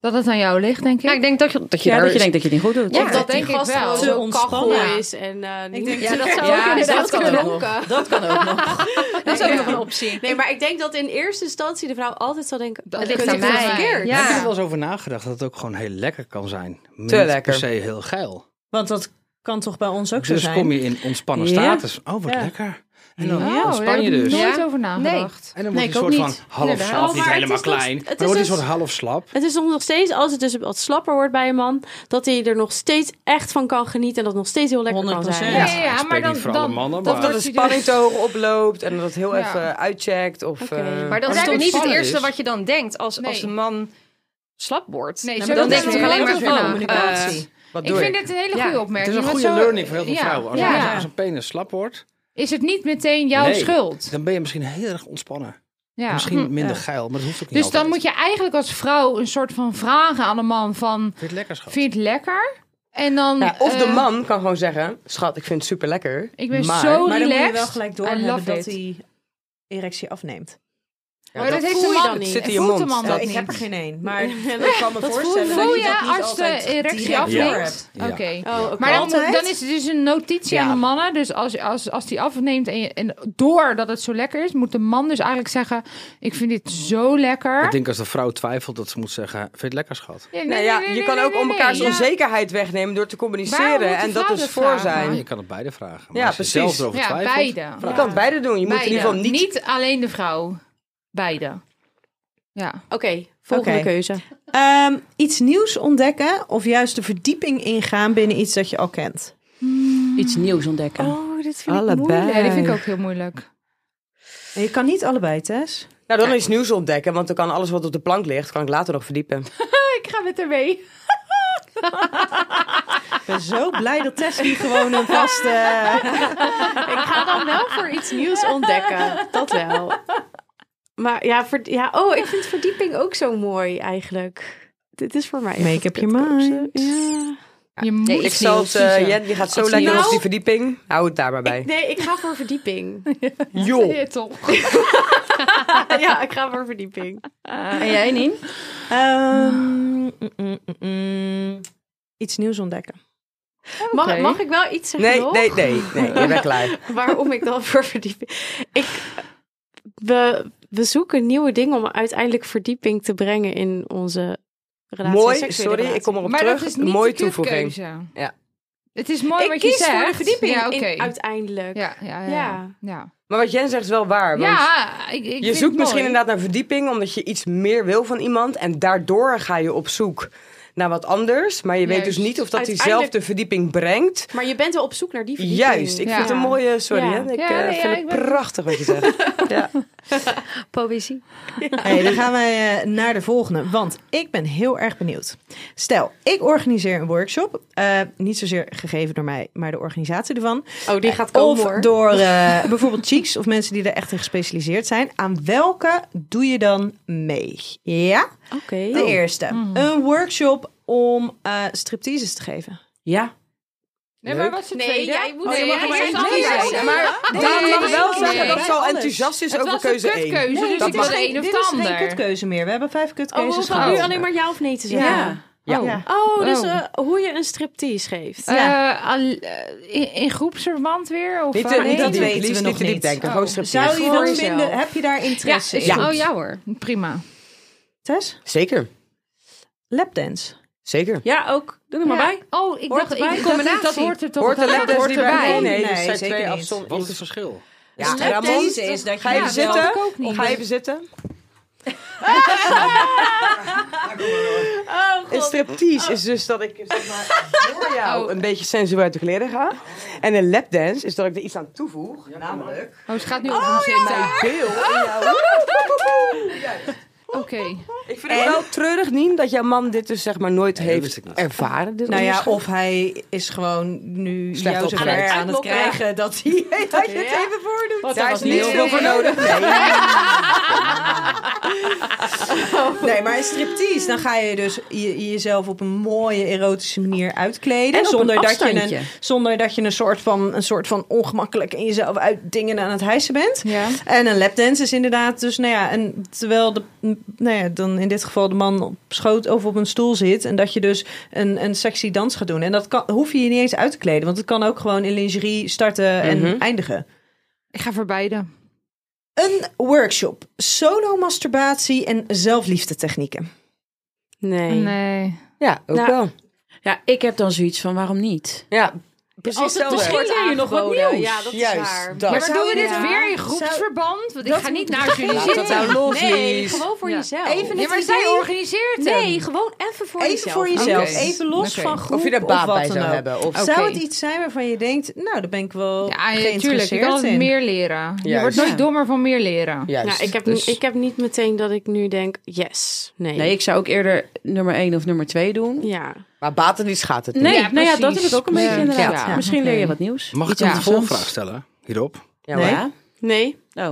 Speaker 1: Dat het aan jou ligt, denk ik.
Speaker 6: Ja, ik denk dat je, dat je
Speaker 7: Ja,
Speaker 6: daar
Speaker 7: dat je denkt dat je het niet goed doet.
Speaker 1: Ja,
Speaker 5: of dat
Speaker 1: denk
Speaker 5: die
Speaker 1: ik
Speaker 5: gast
Speaker 1: wel.
Speaker 5: gewoon
Speaker 1: Te
Speaker 5: zo kachel
Speaker 1: ontspannen.
Speaker 5: is en eh, niet-
Speaker 4: denk-
Speaker 5: dat zou
Speaker 1: Ja,
Speaker 5: ook inderdaad
Speaker 1: dat kan
Speaker 5: kunnen
Speaker 1: ook nog.
Speaker 5: lokken.
Speaker 7: Dat kan ook nog.
Speaker 5: Dat is ook nog een optie. Nee, maar ik denk dat in eerste instantie de vrouw altijd zal denken... Dat
Speaker 1: ligt aan mij.
Speaker 5: Verkeerd. Oh,
Speaker 8: Heb je
Speaker 6: Ja.
Speaker 8: er wel eens over nagedacht dat het ook gewoon heel lekker kan zijn? Maar
Speaker 2: Te
Speaker 8: niet
Speaker 2: lekker.
Speaker 8: per se heel geil.
Speaker 4: Want dat kan toch bij ons ook zo
Speaker 8: dus
Speaker 4: zijn?
Speaker 8: kom je in ontspannen
Speaker 7: Ja.
Speaker 8: status. Oh, wat
Speaker 4: Ja.
Speaker 8: lekker. En dan
Speaker 1: Oh, daar
Speaker 8: ontspan
Speaker 1: heb
Speaker 8: je
Speaker 1: ik
Speaker 8: dus.
Speaker 1: nooit
Speaker 6: Ja.
Speaker 1: over nagedacht.
Speaker 8: En dan
Speaker 6: Nee,
Speaker 8: wordt
Speaker 6: ik
Speaker 8: je een
Speaker 6: ook
Speaker 8: soort
Speaker 6: niet.
Speaker 8: van half
Speaker 6: Inderdaad.
Speaker 8: slap.
Speaker 5: Oh,
Speaker 8: Niet
Speaker 5: maar het
Speaker 8: helemaal
Speaker 5: is nog-
Speaker 8: klein.
Speaker 5: het
Speaker 8: Maar
Speaker 5: is dus-
Speaker 8: dan wordt een
Speaker 5: nog-
Speaker 8: soort half slap.
Speaker 5: Het is nog steeds, als het dus wat slapper wordt bij een man... dat hij er nog steeds echt van kan genieten... en dat het nog steeds heel lekker kan
Speaker 4: 100%.
Speaker 5: zijn.
Speaker 1: Ja, ja,
Speaker 8: ik
Speaker 1: ja,
Speaker 8: spreek
Speaker 1: maar dan...
Speaker 8: niet voor
Speaker 1: dan
Speaker 8: alle mannen,
Speaker 1: dat
Speaker 8: maar-
Speaker 2: Dat
Speaker 1: wordt
Speaker 2: de
Speaker 1: je
Speaker 2: spanning
Speaker 1: dus-
Speaker 2: te hoog oploopt en dat het heel
Speaker 1: Ja.
Speaker 2: even uitcheckt. Of,
Speaker 5: Oké.
Speaker 2: eh,
Speaker 6: Maar dat
Speaker 1: Maar
Speaker 6: is
Speaker 1: daar
Speaker 6: toch
Speaker 1: heb
Speaker 6: niet
Speaker 1: je
Speaker 6: het
Speaker 1: spannend
Speaker 6: eerste
Speaker 8: is.
Speaker 6: wat je dan denkt als, als
Speaker 1: Nee.
Speaker 6: een man slap wordt.
Speaker 1: Nee,
Speaker 6: dan
Speaker 1: zo
Speaker 6: denk
Speaker 1: dat
Speaker 6: je
Speaker 1: is
Speaker 6: toch alleen maar
Speaker 1: weer
Speaker 6: van...
Speaker 1: heel
Speaker 4: Communicatie.
Speaker 6: eh,
Speaker 2: wat
Speaker 1: Ik
Speaker 2: doe
Speaker 1: vind
Speaker 2: ik?
Speaker 1: het een hele
Speaker 6: Ja.
Speaker 1: goede
Speaker 8: Het
Speaker 1: opmerking.
Speaker 8: is een
Speaker 1: want
Speaker 8: goede
Speaker 1: zo-
Speaker 8: learning voor heel veel
Speaker 1: ja,
Speaker 8: vrouwen. Als,
Speaker 1: ja.
Speaker 8: als een penis slap wordt,
Speaker 1: Is het niet meteen jouw
Speaker 8: Nee.
Speaker 1: schuld?
Speaker 8: dan ben je misschien heel erg ontspannen.
Speaker 1: Ja. Hm.
Speaker 8: Misschien minder geil, maar dat hoeft ook niet
Speaker 1: Dus dan moet je eigenlijk als vrouw een soort van vragen aan een man van...
Speaker 8: Vind je het lekker, schat?
Speaker 1: Vind je het lekker? En dan...
Speaker 2: Ja, Nou, of de
Speaker 1: eh,
Speaker 2: man kan gewoon zeggen: Schat, ik vind het super lekker.
Speaker 1: Ik ben
Speaker 2: maar-
Speaker 1: zo
Speaker 4: Maar dan moet je wel
Speaker 1: relaxed.
Speaker 4: gelijk
Speaker 1: I
Speaker 4: doorhebben
Speaker 1: love
Speaker 4: dat
Speaker 1: it.
Speaker 4: die erectie afneemt.
Speaker 1: maar dat, heeft
Speaker 5: voel
Speaker 1: de
Speaker 5: je
Speaker 1: man
Speaker 5: dan
Speaker 1: niet.
Speaker 5: niet.
Speaker 2: Zit in je
Speaker 1: voelt
Speaker 2: mond.
Speaker 1: de man
Speaker 2: Ja,
Speaker 1: dat
Speaker 4: ik
Speaker 1: niet.
Speaker 4: heb er geen één, maar ik kan me voorstellen
Speaker 1: Voel
Speaker 4: dat je
Speaker 1: je
Speaker 4: dat niet
Speaker 1: als de
Speaker 4: altijd
Speaker 1: erectie
Speaker 4: direct
Speaker 1: afneemt?
Speaker 4: doorhebt.
Speaker 8: Ja.
Speaker 1: Oké.
Speaker 5: Oh, oké.
Speaker 1: Maar dan,
Speaker 4: Altijd?
Speaker 1: dan is het dus een notitie
Speaker 8: Ja.
Speaker 1: aan de mannen. Dus als, als, als die afneemt en, je, en doordat het zo lekker is, moet de man dus eigenlijk zeggen: Ik vind dit zo lekker.
Speaker 8: Ik denk als de vrouw twijfelt dat ze moet zeggen, vind je het lekker, schat?
Speaker 1: Ja, nee,
Speaker 2: Nou
Speaker 1: nee,
Speaker 2: ja,
Speaker 1: nee,
Speaker 2: je
Speaker 1: nee,
Speaker 2: kan
Speaker 1: nee,
Speaker 2: ook
Speaker 1: nee,
Speaker 2: om elkaars
Speaker 1: nee.
Speaker 2: onzekerheid wegnemen door te
Speaker 1: Waarom
Speaker 2: communiceren.
Speaker 1: moet die
Speaker 2: En dat
Speaker 1: vrouw
Speaker 2: is
Speaker 1: dat
Speaker 2: voor
Speaker 1: vragen?
Speaker 8: Ja,
Speaker 2: zijn.
Speaker 8: je kan het beide vragen. Maar
Speaker 2: Ja,
Speaker 8: als je
Speaker 2: prewijs.
Speaker 8: zelf erover
Speaker 1: Ja,
Speaker 8: twijfelt,
Speaker 1: beide.
Speaker 8: vraag.
Speaker 2: Je kan beide doen. Je moet in
Speaker 1: Beide.
Speaker 2: ieder geval niet.
Speaker 1: Niet alleen de vrouw. Beide. Ja.
Speaker 5: Oké, volgende
Speaker 4: Oké.
Speaker 5: keuze.
Speaker 4: Ehm, iets nieuws ontdekken of juist de verdieping ingaan binnen iets dat je al kent.
Speaker 7: Iets nieuws ontdekken.
Speaker 5: Oh, dit vind ik
Speaker 4: Allebei.
Speaker 5: moeilijk.
Speaker 1: ja, die vind ik ook heel moeilijk.
Speaker 4: En je kan niet allebei, Tess.
Speaker 2: Nou, dan iets nieuws ontdekken, want dan kan alles wat op de plank ligt, kan ik later nog verdiepen.
Speaker 1: Ik ga met haar mee.
Speaker 4: Ik ben zo blij dat Tess hier gewoon een vaste...
Speaker 5: Ik ga dan wel voor iets nieuws ontdekken. Dat wel. Maar ja, verd- ja oh, ik vind verdieping ook zo mooi eigenlijk. Dit is voor mij. echt
Speaker 4: Make up
Speaker 5: een
Speaker 4: your
Speaker 5: kutkeuze.
Speaker 4: mind.
Speaker 5: Ja.
Speaker 1: Je moet
Speaker 2: ik zal het, eh, Jen, die gaat zo lekker
Speaker 5: nieuws.
Speaker 2: op die verdieping. Hou het daar maar bij.
Speaker 5: Ik- nee, ik ga voor verdieping. Ah,
Speaker 2: Joh,
Speaker 1: Ja, toch.
Speaker 5: ja, ik ga voor verdieping.
Speaker 6: En jij niet?
Speaker 4: Ehm, mm, mm, mm, mm. Iets nieuws ontdekken.
Speaker 5: Mag,
Speaker 1: Oké.
Speaker 5: mag ik wel iets zeggen
Speaker 2: nee,
Speaker 5: nog?
Speaker 2: nee, nee, nee, je bent klaar.
Speaker 5: Waarom ik dan voor verdieping... Ik, we, we zoeken nieuwe dingen om uiteindelijk verdieping te brengen in onze relatie.
Speaker 2: Mooi,
Speaker 5: seksuele
Speaker 2: sorry,
Speaker 5: relatie.
Speaker 2: ik kom erop
Speaker 1: Maar
Speaker 2: terug.
Speaker 1: dat is
Speaker 2: Een
Speaker 1: niet
Speaker 2: mooie
Speaker 1: de
Speaker 2: toevoeging.
Speaker 1: kutkeuze.
Speaker 2: Ja.
Speaker 1: Het is mooi
Speaker 5: ik
Speaker 1: wat je
Speaker 5: kies
Speaker 1: zegt.
Speaker 5: voor de verdieping
Speaker 1: Ja,
Speaker 5: in-
Speaker 1: oké.
Speaker 5: uiteindelijk.
Speaker 1: Ja, ja, ja. ja.
Speaker 5: Ja.
Speaker 1: ja.
Speaker 2: Maar wat Jen zegt is wel waar. Want
Speaker 1: ja, ik, ik vind
Speaker 2: je
Speaker 1: het
Speaker 2: zoekt misschien
Speaker 1: mooi.
Speaker 2: inderdaad naar verdieping, omdat je iets meer wil van iemand. En daardoor ga je op zoek naar wat anders. Maar je weet
Speaker 1: Juist.
Speaker 2: dus niet of dat
Speaker 5: Uiteindelijk-
Speaker 2: diezelfde verdieping brengt.
Speaker 5: Maar je bent wel op zoek naar die verdieping.
Speaker 2: Juist, ik
Speaker 1: Ja.
Speaker 2: vind het een mooie... Sorry,
Speaker 5: Ja.
Speaker 2: hè? ik
Speaker 1: Ja,
Speaker 2: eh,
Speaker 1: nee,
Speaker 2: vind
Speaker 1: ja,
Speaker 2: het
Speaker 1: ik ben-
Speaker 2: prachtig wat je zegt. ja.
Speaker 6: Poëzie.
Speaker 4: Hey, dan gaan wij eh, naar de volgende, want ik ben heel erg benieuwd. Stel, ik organiseer een workshop, eh, niet zozeer gegeven door mij, maar de organisatie ervan.
Speaker 5: Oh, die gaat komen
Speaker 4: Of
Speaker 5: hoor.
Speaker 4: door eh, bijvoorbeeld Cheeks of mensen die er echt in gespecialiseerd zijn. Aan welke doe je dan mee? Ja,
Speaker 5: Oké. Oh,
Speaker 4: de eerste.
Speaker 5: Mm.
Speaker 4: Een workshop om eh stripteases te geven.
Speaker 7: Ja.
Speaker 1: Nee, maar was het
Speaker 5: Nee,
Speaker 1: tweede?
Speaker 5: jij moet-
Speaker 1: Oh,
Speaker 5: nee,
Speaker 1: mag
Speaker 5: jij
Speaker 1: maar
Speaker 5: zegt
Speaker 1: één
Speaker 5: altijd
Speaker 1: kiezen.
Speaker 5: jij.
Speaker 2: Maar
Speaker 1: Nee,
Speaker 2: Daan mag
Speaker 1: nee,
Speaker 2: wel
Speaker 1: nee,
Speaker 2: zeggen
Speaker 1: nee.
Speaker 2: dat ze al
Speaker 4: Alles.
Speaker 2: enthousiast is
Speaker 1: Het
Speaker 2: over
Speaker 1: was een
Speaker 2: keuze 1.
Speaker 1: kutkeuze, dus
Speaker 4: dit
Speaker 1: ik was
Speaker 4: is
Speaker 1: de
Speaker 4: geen-
Speaker 1: een of
Speaker 4: dit
Speaker 1: de
Speaker 4: is
Speaker 1: ander.
Speaker 4: geen kutkeuze meer. We hebben vijf
Speaker 5: Oh,
Speaker 4: kutkeuzes
Speaker 5: we
Speaker 4: gehad.
Speaker 5: gaan nu alleen maar ja of nee te zeggen.
Speaker 4: Ja.
Speaker 1: Ja.
Speaker 4: Ja.
Speaker 5: Oh, dus
Speaker 1: Oh.
Speaker 5: eh, hoe je een striptease geeft.
Speaker 1: Eh,
Speaker 4: Ja.
Speaker 1: al- eh, in, in groepsverband weer? Of
Speaker 2: Niet te,
Speaker 1: eh,
Speaker 2: niet te
Speaker 4: dat
Speaker 2: diep,
Speaker 4: weten we
Speaker 2: liefst
Speaker 4: nog
Speaker 2: niet te diep
Speaker 4: niet.
Speaker 2: denken.
Speaker 1: Oh.
Speaker 2: Gewoon striptease.
Speaker 4: Zou je dat
Speaker 1: jezelf.
Speaker 4: vinden? Heb je daar interesse in?
Speaker 6: Oh ja hoor.
Speaker 1: Prima.
Speaker 4: Tess,
Speaker 2: Zeker,
Speaker 4: lapdance.
Speaker 2: zeker.
Speaker 7: Ja, ook. Doe er maar bij.
Speaker 1: Oh, ik
Speaker 7: Hoort
Speaker 1: dacht,
Speaker 7: erbij.
Speaker 1: ik, dat, dat
Speaker 6: Combinatie.
Speaker 1: hoort er toch
Speaker 2: hoort de
Speaker 1: dat
Speaker 2: lapdance
Speaker 1: hoort
Speaker 2: niet bij?
Speaker 1: erbij.
Speaker 2: Nee,
Speaker 4: Nee,
Speaker 2: dat zijn
Speaker 4: zeker
Speaker 2: twee
Speaker 4: niet.
Speaker 2: afzond-
Speaker 8: Wat is het verschil?
Speaker 2: Ja,
Speaker 4: Lapdance
Speaker 2: Ramon,
Speaker 4: is dat je dus
Speaker 2: ga je even
Speaker 1: Ja, dat
Speaker 2: zitten?
Speaker 1: ik ook niet.
Speaker 2: Ga je even zitten? Een striptease is dus dat ik zeg maar, voor jou een beetje sensueel uit de kleren ga. En een lapdance is dat ik er iets aan toevoeg. namelijk
Speaker 1: Oh, ze gaat nu op hem zitten.
Speaker 2: een beeld in jouw...
Speaker 1: Oké.
Speaker 2: Ik vind het wel treurig, Nien, dat jouw man dit dus zeg maar nooit
Speaker 8: Nee, dat wist
Speaker 2: heeft
Speaker 8: ik niet.
Speaker 2: ervaren. Dit
Speaker 4: Nou ja,
Speaker 2: onderscheid.
Speaker 4: of hij is gewoon nu
Speaker 2: Slecht
Speaker 4: jou zo
Speaker 2: opgeleid.
Speaker 4: ver aan het
Speaker 1: Uitlokken.
Speaker 4: krijgen dat hij dat je het
Speaker 1: Ja.
Speaker 4: even voordoet.
Speaker 1: Want
Speaker 2: daar
Speaker 1: dat
Speaker 2: is
Speaker 1: was
Speaker 2: niet
Speaker 1: heel-
Speaker 2: veel voor nodig. Nee.
Speaker 4: Nee, maar in striptease, dan ga je dus je, jezelf op een mooie erotische manier uitkleden.
Speaker 6: En op
Speaker 4: zonder,
Speaker 6: een
Speaker 4: dat je
Speaker 6: afstandje.
Speaker 4: een, zonder dat je een soort, van, een soort van ongemakkelijk in jezelf uit dingen aan het hijsen bent.
Speaker 1: Ja.
Speaker 4: En een lapdance is inderdaad dus, nou ja, en terwijl de, nou ja, dan in dit geval de man op schoot of op een stoel zit. En dat je dus een, een sexy dans gaat doen. En dat kan, hoef je je niet eens uit te kleden, want het kan ook gewoon in lingerie starten en
Speaker 2: Mhm.
Speaker 4: eindigen.
Speaker 1: Ik ga voor beide.
Speaker 4: Een workshop, solo-masturbatie en zelfliefdetechnieken.
Speaker 5: Nee.
Speaker 1: Nee.
Speaker 2: Ja, ook
Speaker 5: Nou,
Speaker 2: wel.
Speaker 7: Ja, ik heb dan zoiets van waarom niet?
Speaker 2: Ja, precies
Speaker 5: Als het dus
Speaker 2: hetzelfde.
Speaker 5: misschien leer je nog wat
Speaker 7: aangeboden.
Speaker 5: nieuws. Ja, dat
Speaker 2: Juist,
Speaker 5: is waar.
Speaker 2: dat.
Speaker 1: Maar,
Speaker 2: zou
Speaker 1: doen we dit
Speaker 5: ja.
Speaker 1: weer in groepsverband? Want ik ga niet naar jullie
Speaker 2: Laat dat nou los,
Speaker 5: Nee,
Speaker 2: Lies.
Speaker 5: gewoon voor
Speaker 1: Ja.
Speaker 5: jezelf.
Speaker 4: Even
Speaker 1: Nee, maar
Speaker 4: het
Speaker 1: zij
Speaker 4: idee-
Speaker 1: organiseert het.
Speaker 5: nee, gewoon even voor
Speaker 4: even
Speaker 5: jezelf.
Speaker 4: voor jezelf.
Speaker 1: Oké.
Speaker 4: Even los
Speaker 1: Oké.
Speaker 4: van groep
Speaker 2: Of je daar baat
Speaker 4: wat
Speaker 2: bij
Speaker 4: dan
Speaker 2: zou
Speaker 4: ook.
Speaker 2: hebben. Of
Speaker 1: Oké.
Speaker 4: Zou het iets zijn waarvan je denkt, nou, daar ben ik wel
Speaker 1: Ja, ja, tuurlijk.
Speaker 4: geïnteresseerd
Speaker 1: Je kan altijd
Speaker 4: in.
Speaker 1: meer leren. Je
Speaker 2: Juist.
Speaker 1: wordt nooit
Speaker 4: Ja.
Speaker 1: dommer van meer leren.
Speaker 2: Juist.
Speaker 5: Nou, ik, heb,
Speaker 1: dus-
Speaker 5: ik heb niet meteen dat ik nu denk, yes. Nee.
Speaker 7: Nee, ik zou ook eerder nummer 1 of nummer 2 doen.
Speaker 5: Ja.
Speaker 2: Maar baten niet schaadt het niet.
Speaker 7: Nee,
Speaker 1: Ja,
Speaker 7: nou ja, dat
Speaker 1: precies.
Speaker 7: heb ik ook
Speaker 1: Ja.
Speaker 7: een beetje inderdaad.
Speaker 1: Ja. Ja,
Speaker 7: Misschien
Speaker 1: oké.
Speaker 7: leer je wat nieuws.
Speaker 8: Mag ik
Speaker 1: Ja.
Speaker 8: een volvraag stellen hierop?
Speaker 2: Ja,
Speaker 4: Nee.
Speaker 2: maar-
Speaker 7: Ja?
Speaker 5: Nee.
Speaker 7: Oh.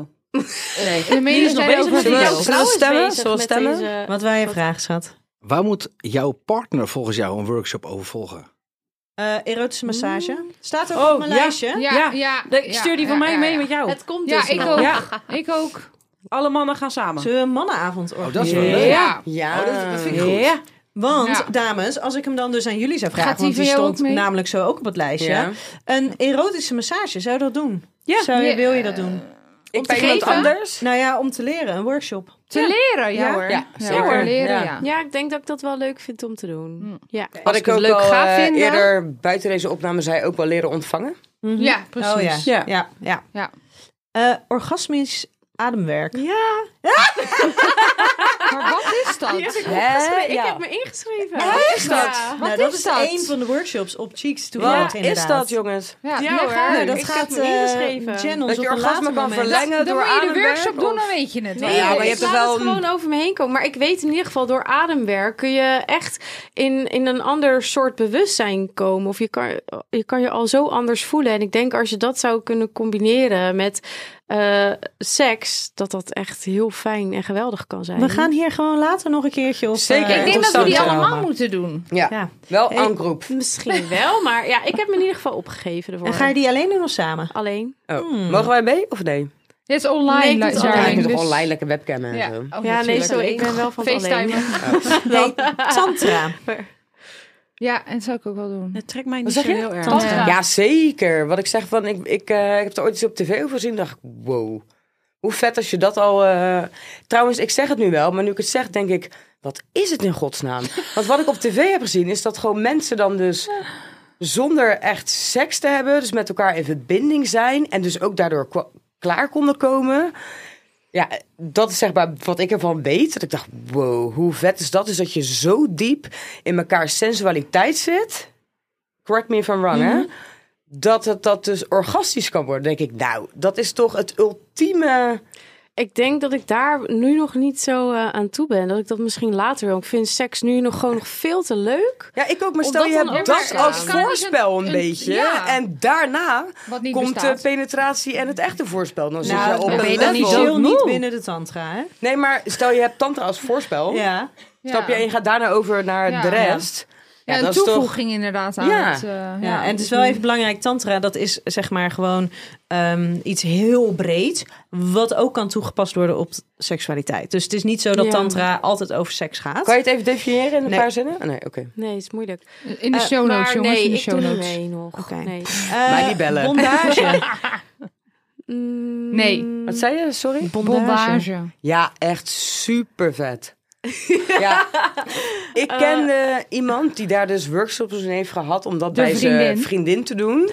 Speaker 1: De meningen zijn over
Speaker 2: met
Speaker 1: verdeeld.
Speaker 2: jouw Zullen we stemmen? Zullen we stemmen?
Speaker 4: Wat wij je vraag, schat?
Speaker 8: Waar moet jouw partner volgens jou een workshop over volgen?
Speaker 4: Eh, erotische massage. Staat ook
Speaker 7: Oh,
Speaker 4: op mijn
Speaker 7: ja.
Speaker 4: lijstje.
Speaker 1: Ja, ja.
Speaker 7: Ik stuur die van mij mee met jou.
Speaker 5: Het komt
Speaker 1: Ja,
Speaker 5: dus
Speaker 1: ik
Speaker 5: nog.
Speaker 1: ook.
Speaker 7: Ja.
Speaker 1: Ik ook.
Speaker 7: Alle mannen gaan samen.
Speaker 4: Zullen we een mannenavond
Speaker 8: Oh, dat is wel
Speaker 4: organiseren?
Speaker 8: leuk.
Speaker 1: Ja.
Speaker 2: Ja.
Speaker 8: Oh, dat, dat vind ik goed.
Speaker 7: Ja.
Speaker 4: Want,
Speaker 1: Ja.
Speaker 4: dames, als ik hem dan dus aan jullie zou vragen,
Speaker 1: Gaat die
Speaker 4: want die
Speaker 1: van jou
Speaker 4: stond
Speaker 1: ook mee?
Speaker 4: namelijk zo ook op het lijstje.
Speaker 2: Ja.
Speaker 4: Een erotische massage, zou je dat doen?
Speaker 7: Ja.
Speaker 4: Zou je,
Speaker 1: Ja.
Speaker 4: Wil je dat doen?
Speaker 2: Ik ben
Speaker 1: iemand geven?
Speaker 2: anders.
Speaker 4: Nou ja, om te leren, een workshop. Oh
Speaker 1: Te leren, ja,
Speaker 4: Ja.
Speaker 1: hoor.
Speaker 2: Ja,
Speaker 1: Ja,
Speaker 2: zeker.
Speaker 1: hoor, leren,
Speaker 2: Ja.
Speaker 1: ja.
Speaker 5: Ja, ik denk dat ik dat wel leuk vind om te doen. Ja.
Speaker 2: Wat
Speaker 1: Als
Speaker 2: ik
Speaker 1: ik
Speaker 2: ook
Speaker 1: het leuk
Speaker 2: al
Speaker 1: ga
Speaker 2: eh,
Speaker 1: vinden.
Speaker 2: eerder buiten deze opname zei, ook wel leren ontvangen.
Speaker 1: Ja, precies.
Speaker 4: Oh ja.
Speaker 7: Ja.
Speaker 4: Ja. ja. ja.
Speaker 1: Ja.
Speaker 4: Eh, orgasmisch ademwerk.
Speaker 5: Ja,
Speaker 1: Maar wat is dat?
Speaker 2: Hè?
Speaker 5: ik heb me ingeschreven.
Speaker 2: Is dat?
Speaker 1: Wat
Speaker 4: nou, dat
Speaker 1: is
Speaker 4: is
Speaker 1: dat?
Speaker 4: een van de workshops op Cheeks to
Speaker 2: Wat
Speaker 4: World,
Speaker 2: is
Speaker 4: inderdaad.
Speaker 2: dat, jongens?
Speaker 1: Ja,
Speaker 5: Ja,
Speaker 1: leg
Speaker 5: hoor.
Speaker 1: uit.
Speaker 4: Nou, dat
Speaker 5: Ik
Speaker 4: gaat
Speaker 5: heb me
Speaker 4: eh
Speaker 5: ingeschreven.
Speaker 4: channels
Speaker 2: Dat
Speaker 4: op
Speaker 2: je
Speaker 4: een
Speaker 2: orgasme
Speaker 4: later
Speaker 2: kan
Speaker 4: moment.
Speaker 2: verlengen
Speaker 1: Dan moet
Speaker 2: door
Speaker 1: je de
Speaker 2: ademwerk,
Speaker 1: workshop doen,
Speaker 2: of-
Speaker 1: dan weet je het wel.
Speaker 5: Nee,
Speaker 2: Nou Ja, maar je
Speaker 5: ik
Speaker 2: hebt er
Speaker 5: laat
Speaker 2: wel
Speaker 5: het
Speaker 2: een-
Speaker 5: gewoon over me heen komen. Maar ik weet in ieder geval, door ademwerk kun je echt in, in een ander soort bewustzijn komen. Of je kan, je kan je al zo anders voelen. En ik denk als je dat zou kunnen combineren met eh, seks, dat dat echt heel fijn en geweldig kan zijn.
Speaker 4: We gaan hier gewoon later nog een keertje op.
Speaker 2: Zeker.
Speaker 4: eh,
Speaker 1: Ik denk dat we die
Speaker 2: Interessant
Speaker 1: allemaal
Speaker 2: trauma.
Speaker 1: moeten doen.
Speaker 2: Ja,
Speaker 4: Ja.
Speaker 2: wel
Speaker 4: Hey.
Speaker 2: aan groep.
Speaker 5: Misschien wel, maar ja, ik heb me in ieder geval opgegeven ervoor.
Speaker 4: En ga je die alleen doen of samen?
Speaker 5: Alleen.
Speaker 2: Oh, Mogen wij mee of nee?
Speaker 1: Dit Hmm. is
Speaker 5: Nee, ik
Speaker 1: online.
Speaker 5: doe het
Speaker 1: darling,
Speaker 2: Ja, ik moet
Speaker 1: dus-
Speaker 2: toch online lekker webcam en
Speaker 1: Ja,
Speaker 2: zo.
Speaker 1: oh,
Speaker 5: Ja, nee,
Speaker 1: natuurlijk.
Speaker 5: zo. Ik ben wel van het alleen.
Speaker 1: FaceTime.
Speaker 4: Nee, tantra.
Speaker 1: Ja, en dat zou ik ook wel doen.
Speaker 7: Dat trekt mij niet
Speaker 2: Wat
Speaker 7: zo
Speaker 2: zeg je?
Speaker 7: heel erg.
Speaker 1: Tantra.
Speaker 2: Ja, zeker. Wat ik zeg van, ik, ik, eh, ik heb er ooit iets op tv over gezien. dacht ik, wow. Hoe vet als je dat al... eh, Trouwens, ik zeg het nu wel, maar nu ik het zeg, denk ik... Wat is het in godsnaam? Want wat ik op tv heb gezien, is dat gewoon mensen dan dus... Zonder echt seks te hebben, dus met elkaar in verbinding zijn... En dus ook daardoor kwa- klaar konden komen... Ja, dat is zeg maar wat ik ervan weet. Dat ik dacht, wow, hoe vet is dat? Dus dat je zo diep in elkaar sensualiteit zit. Correct me if I'm wrong, hè? dat het dat dus orgastisch kan worden, denk ik. Nou, dat is toch het ultieme.
Speaker 5: Ik denk dat ik daar nu nog niet zo eh, aan toe ben. Dat ik dat misschien later wil. Ik vind seks nu nog gewoon nog veel te leuk.
Speaker 2: Ja, ik ook, maar
Speaker 5: Om
Speaker 2: stel
Speaker 5: dat
Speaker 2: je
Speaker 5: dan
Speaker 2: hebt
Speaker 5: ook
Speaker 2: dat
Speaker 5: te
Speaker 2: als
Speaker 1: gaan. Kan dus
Speaker 2: voorspel een,
Speaker 1: een- een-
Speaker 2: beetje.
Speaker 1: ja.
Speaker 2: En daarna
Speaker 1: Wat niet
Speaker 2: komt eh,
Speaker 1: bestaat.
Speaker 2: de penetratie en het echte voorspel. Dan zit je
Speaker 4: Nou,
Speaker 2: op
Speaker 1: ben
Speaker 2: een
Speaker 1: je dan
Speaker 2: level.
Speaker 1: niet
Speaker 4: officieel
Speaker 1: zo
Speaker 4: niet
Speaker 1: moe?
Speaker 4: binnen de tantra, hè?
Speaker 2: Nee, maar stel je hebt tantra als voorspel.
Speaker 4: Ja.
Speaker 2: Snap je? En je gaat daarna over naar
Speaker 1: Ja.
Speaker 2: de rest.
Speaker 1: Ja, een
Speaker 2: dat is toch...
Speaker 1: toevoeging inderdaad aan
Speaker 2: Ja.
Speaker 1: het... eh,
Speaker 4: Ja, en het is wel even belangrijk, tantra, dat is zeg maar gewoon ehm, iets heel breed, wat ook kan toegepast worden op seksualiteit. Dus het is niet zo dat
Speaker 5: Ja.
Speaker 4: tantra altijd over seks gaat.
Speaker 2: Kan je het even definiëren in een
Speaker 4: Nee.
Speaker 2: paar zinnen? Ah, nee, oké.
Speaker 5: Nee, is moeilijk.
Speaker 1: In de
Speaker 4: Eh,
Speaker 1: show notes,
Speaker 5: maar
Speaker 1: jongens.
Speaker 5: nee,
Speaker 1: in de
Speaker 5: ik
Speaker 1: show
Speaker 5: doe niet
Speaker 1: notes.
Speaker 5: mee nog.
Speaker 4: Oké.
Speaker 5: Nee.
Speaker 4: Eh,
Speaker 2: Mij niet bellen.
Speaker 4: Bondage.
Speaker 5: Mm,
Speaker 1: Nee.
Speaker 2: Wat zei je? Sorry?
Speaker 1: Bondage.
Speaker 2: Ja, echt super vet. ja. Ik ken eh, iemand die daar dus workshops in heeft gehad om dat
Speaker 1: De
Speaker 2: bij zijn
Speaker 1: vriendin.
Speaker 2: vriendin te doen.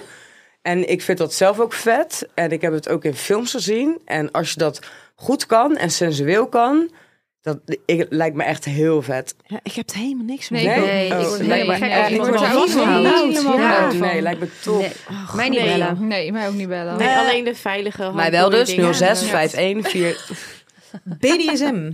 Speaker 2: En ik vind dat zelf ook vet. En ik heb het ook in films gezien. En als je dat goed kan en sensueel kan, dat ik, lijkt me echt heel vet.
Speaker 4: Ja, ik heb er helemaal niks mee.
Speaker 1: Nee, ik
Speaker 2: Nee?
Speaker 1: ook
Speaker 2: Oh,
Speaker 1: niet.
Speaker 2: nee, maar echt,
Speaker 1: ik
Speaker 2: ik
Speaker 1: word
Speaker 2: word
Speaker 1: daar
Speaker 2: wel
Speaker 1: ook
Speaker 2: vastgehouden.
Speaker 1: helemaal
Speaker 5: Ja.
Speaker 1: raar van.
Speaker 2: Nee, lijkt me tof.
Speaker 6: Nee. Mij niet
Speaker 5: nee.
Speaker 6: bellen.
Speaker 1: Nee, mij ook niet bellen.
Speaker 5: Nee,
Speaker 4: Eh,
Speaker 5: alleen de veilige
Speaker 2: Maar wel dus
Speaker 5: handboeien dingen.
Speaker 2: 06 51 4.
Speaker 4: BDSM.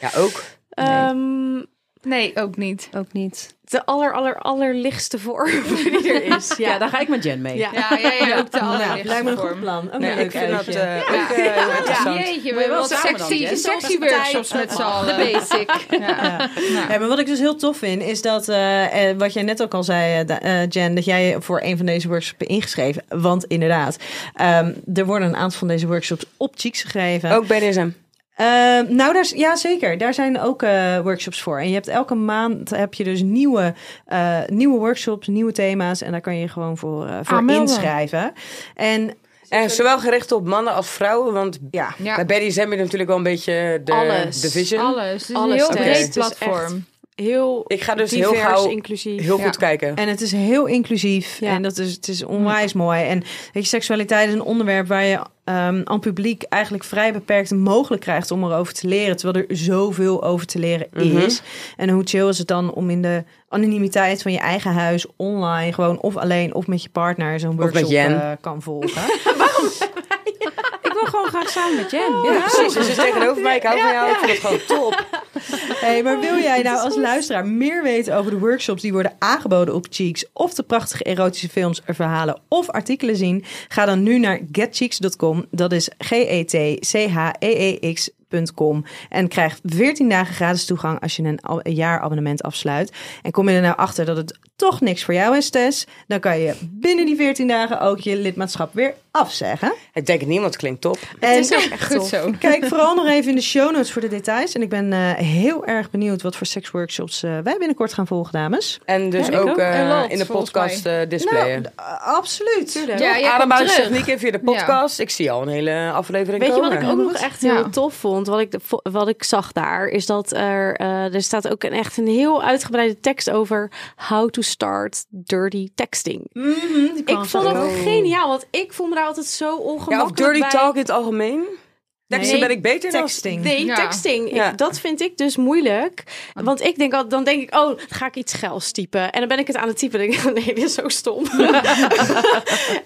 Speaker 2: Ja, ook.
Speaker 5: Ehm,
Speaker 1: Nee, ook niet.
Speaker 6: Ook niet.
Speaker 5: de aller, aller, allerlichtste vorm die er is.
Speaker 6: Ja, daar ga ik met Jen mee.
Speaker 5: Ja.
Speaker 1: Ja, ja, ja, ook de allerlichtste
Speaker 4: lijkt me een goed
Speaker 1: vorm.
Speaker 4: plan. Oké,
Speaker 2: Nee, ik
Speaker 4: leuk
Speaker 2: vind dat
Speaker 4: uitje.
Speaker 2: eh, ook eh, heel interessant.
Speaker 1: Jeetje, we
Speaker 6: Moet je
Speaker 1: hebben
Speaker 6: wel
Speaker 1: wat
Speaker 6: samen dan,
Speaker 1: sexy,
Speaker 6: Jen.
Speaker 1: sexy workshops met z'n allen.
Speaker 6: De basic.
Speaker 1: Ja.
Speaker 4: Ja, maar wat ik dus heel tof vind, is dat, eh, eh, wat jij net ook al zei, eh, da- eh, Jen, dat jij voor een van deze workshops hebt ingeschreven. Want inderdaad, ehm, er worden een aantal van deze workshops op Cheeks gegeven.
Speaker 2: Ook BDSM.
Speaker 4: Ehm, nou, daar, is- ja, zeker. Daar zijn ook eh, workshops voor. En je hebt elke maand heb je dus nieuwe, eh, nieuwe workshops, nieuwe thema's. En daar kan je je gewoon voor, eh, voor
Speaker 1: Aanmelden.
Speaker 4: inschrijven. En
Speaker 2: En zowel gericht op mannen als vrouwen, want
Speaker 4: ja,
Speaker 1: Ja.
Speaker 2: bij BDSM heb je natuurlijk wel een beetje de,
Speaker 5: Alles.
Speaker 2: de vision.
Speaker 1: Alles. Het is een
Speaker 5: Alles
Speaker 1: heel
Speaker 5: thuis.
Speaker 2: Oké.
Speaker 1: breed
Speaker 5: Het is echt
Speaker 1: platform.
Speaker 5: Heel
Speaker 2: Ik ga dus
Speaker 5: divers,
Speaker 2: heel gauw
Speaker 5: inclusief.
Speaker 2: heel
Speaker 1: Ja.
Speaker 2: goed kijken.
Speaker 4: En het is heel inclusief.
Speaker 5: Ja.
Speaker 4: En dat is, het is onwijs mooi. En weet je, seksualiteit is een onderwerp waar je ehm aan publiek eigenlijk vrij beperkt de mogelijk krijgt om erover te leren. Terwijl er zoveel over te leren is. En hoe chill is het dan om in de anonimiteit van je eigen huis online gewoon of alleen of met je partner zo'n
Speaker 2: met
Speaker 4: workshop
Speaker 2: Jen.
Speaker 4: eh, kan volgen.
Speaker 7: Ik wil gewoon graag samen met Jen.
Speaker 2: Ja, precies. Je zit tegenover mij, ik hou van jou, ik vind het gewoon top.
Speaker 4: Hey, maar wil jij nou als luisteraar meer weten over de workshops die worden aangeboden op Cheeks... of de prachtige erotische films, verhalen of artikelen zien? Ga dan nu naar getcheeks.com. Dat is E G-E-T-C-H-E-E-X.com. En krijg 14 dagen gratis toegang als je een, ab- een jaarabonnement afsluit. En kom je er nou achter dat het toch niks voor jou is, Tess... dan kan je binnen die 14 dagen ook je lidmaatschap weer afzeggen.
Speaker 2: Ik denk het niet, want het klinkt top.
Speaker 4: En
Speaker 1: Goed zo.
Speaker 4: Kijk vooral nog even in de show notes voor de details. En ik ben eh, heel erg benieuwd wat voor seksworkshops eh, wij binnenkort gaan volgen, dames.
Speaker 2: En dus
Speaker 1: Ja, ik
Speaker 2: ook,
Speaker 1: ook.
Speaker 2: eh,
Speaker 1: En lot,
Speaker 2: in de
Speaker 1: volgens
Speaker 2: podcast eh, displayen.
Speaker 4: Nou, eh, absoluut.
Speaker 1: Ja, jij komt terug.
Speaker 2: Ademhalingstechnieken via de podcast. Ik zie al een hele aflevering
Speaker 5: Weet je
Speaker 2: komen.
Speaker 5: wat ik ook nog echt heel
Speaker 1: Ja.
Speaker 5: tof vond? Wat ik, de- vo- wat ik zag daar is dat er, eh, er staat ook een, echt een heel uitgebreide tekst over how to start dirty texting.
Speaker 2: Mhm,
Speaker 5: ik vond dat geniaal, want ik voel me daar altijd zo
Speaker 2: ja,
Speaker 5: ongemakkelijk
Speaker 2: of dirty
Speaker 5: bij.
Speaker 2: talk in het algemeen. Teksten
Speaker 5: Nee,
Speaker 2: ben ik beter dan.
Speaker 4: Texting.
Speaker 5: Nee,
Speaker 1: Ja.
Speaker 5: texting. Ik-
Speaker 2: Ja.
Speaker 5: dat vind ik dus moeilijk.
Speaker 7: Ah.
Speaker 5: Want ik denk al, dan denk ik, oh, dan ga ik iets geils typen. En dan ben ik het aan het typen. En denk ik, nee, dit is zo stom.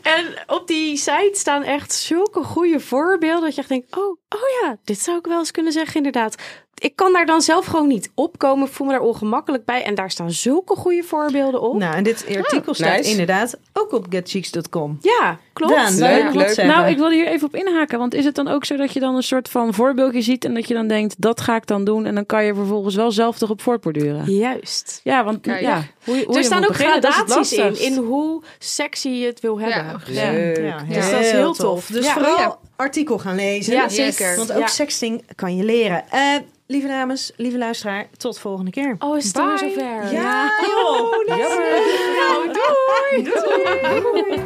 Speaker 5: en op die site staan echt zulke goede voorbeelden. Dat je echt denkt, oh, oh ja, dit zou ik wel eens kunnen zeggen, inderdaad. Ik kan daar dan zelf gewoon niet opkomen. Ik voel me daar ongemakkelijk bij. En daar staan zulke goede voorbeelden op.
Speaker 4: Nou, en dit artikel staat
Speaker 2: Ah, nice.
Speaker 4: inderdaad ook op getcheeks.com.
Speaker 5: ja, klopt.
Speaker 4: Daan, wil
Speaker 1: Ja.
Speaker 4: je nog wat
Speaker 2: Leuk.
Speaker 4: zeggen?
Speaker 7: Nou, ik wilde hier even op inhaken. Want is het dan ook zo dat je dan een soort van voorbeeldje ziet... en dat je dan denkt, dat ga ik dan doen... en dan kan je vervolgens wel zelf erop voortborduren?
Speaker 5: Juist.
Speaker 7: Ja, want
Speaker 1: Kijk.
Speaker 7: ja, hoe, je- hoe je
Speaker 5: er staan
Speaker 7: moet
Speaker 5: ook
Speaker 7: beginnen, dat is het
Speaker 5: gradaties in,
Speaker 7: lastigst.
Speaker 5: in hoe sexy je het wil hebben.
Speaker 2: Ja.
Speaker 4: Ja,
Speaker 5: Dus dat is heel tof.
Speaker 4: Dus
Speaker 5: Ja.
Speaker 4: vooral
Speaker 5: Ja.
Speaker 4: artikel gaan lezen.
Speaker 5: Ja, zeker.
Speaker 4: Want ook
Speaker 5: Ja.
Speaker 4: sexting kan je leren. Eh, lieve dames, lieve luisteraar, tot volgende keer.
Speaker 5: Oh, is het dan weer zover?
Speaker 4: joh.
Speaker 2: Jammer.
Speaker 4: Nou, doei. doei.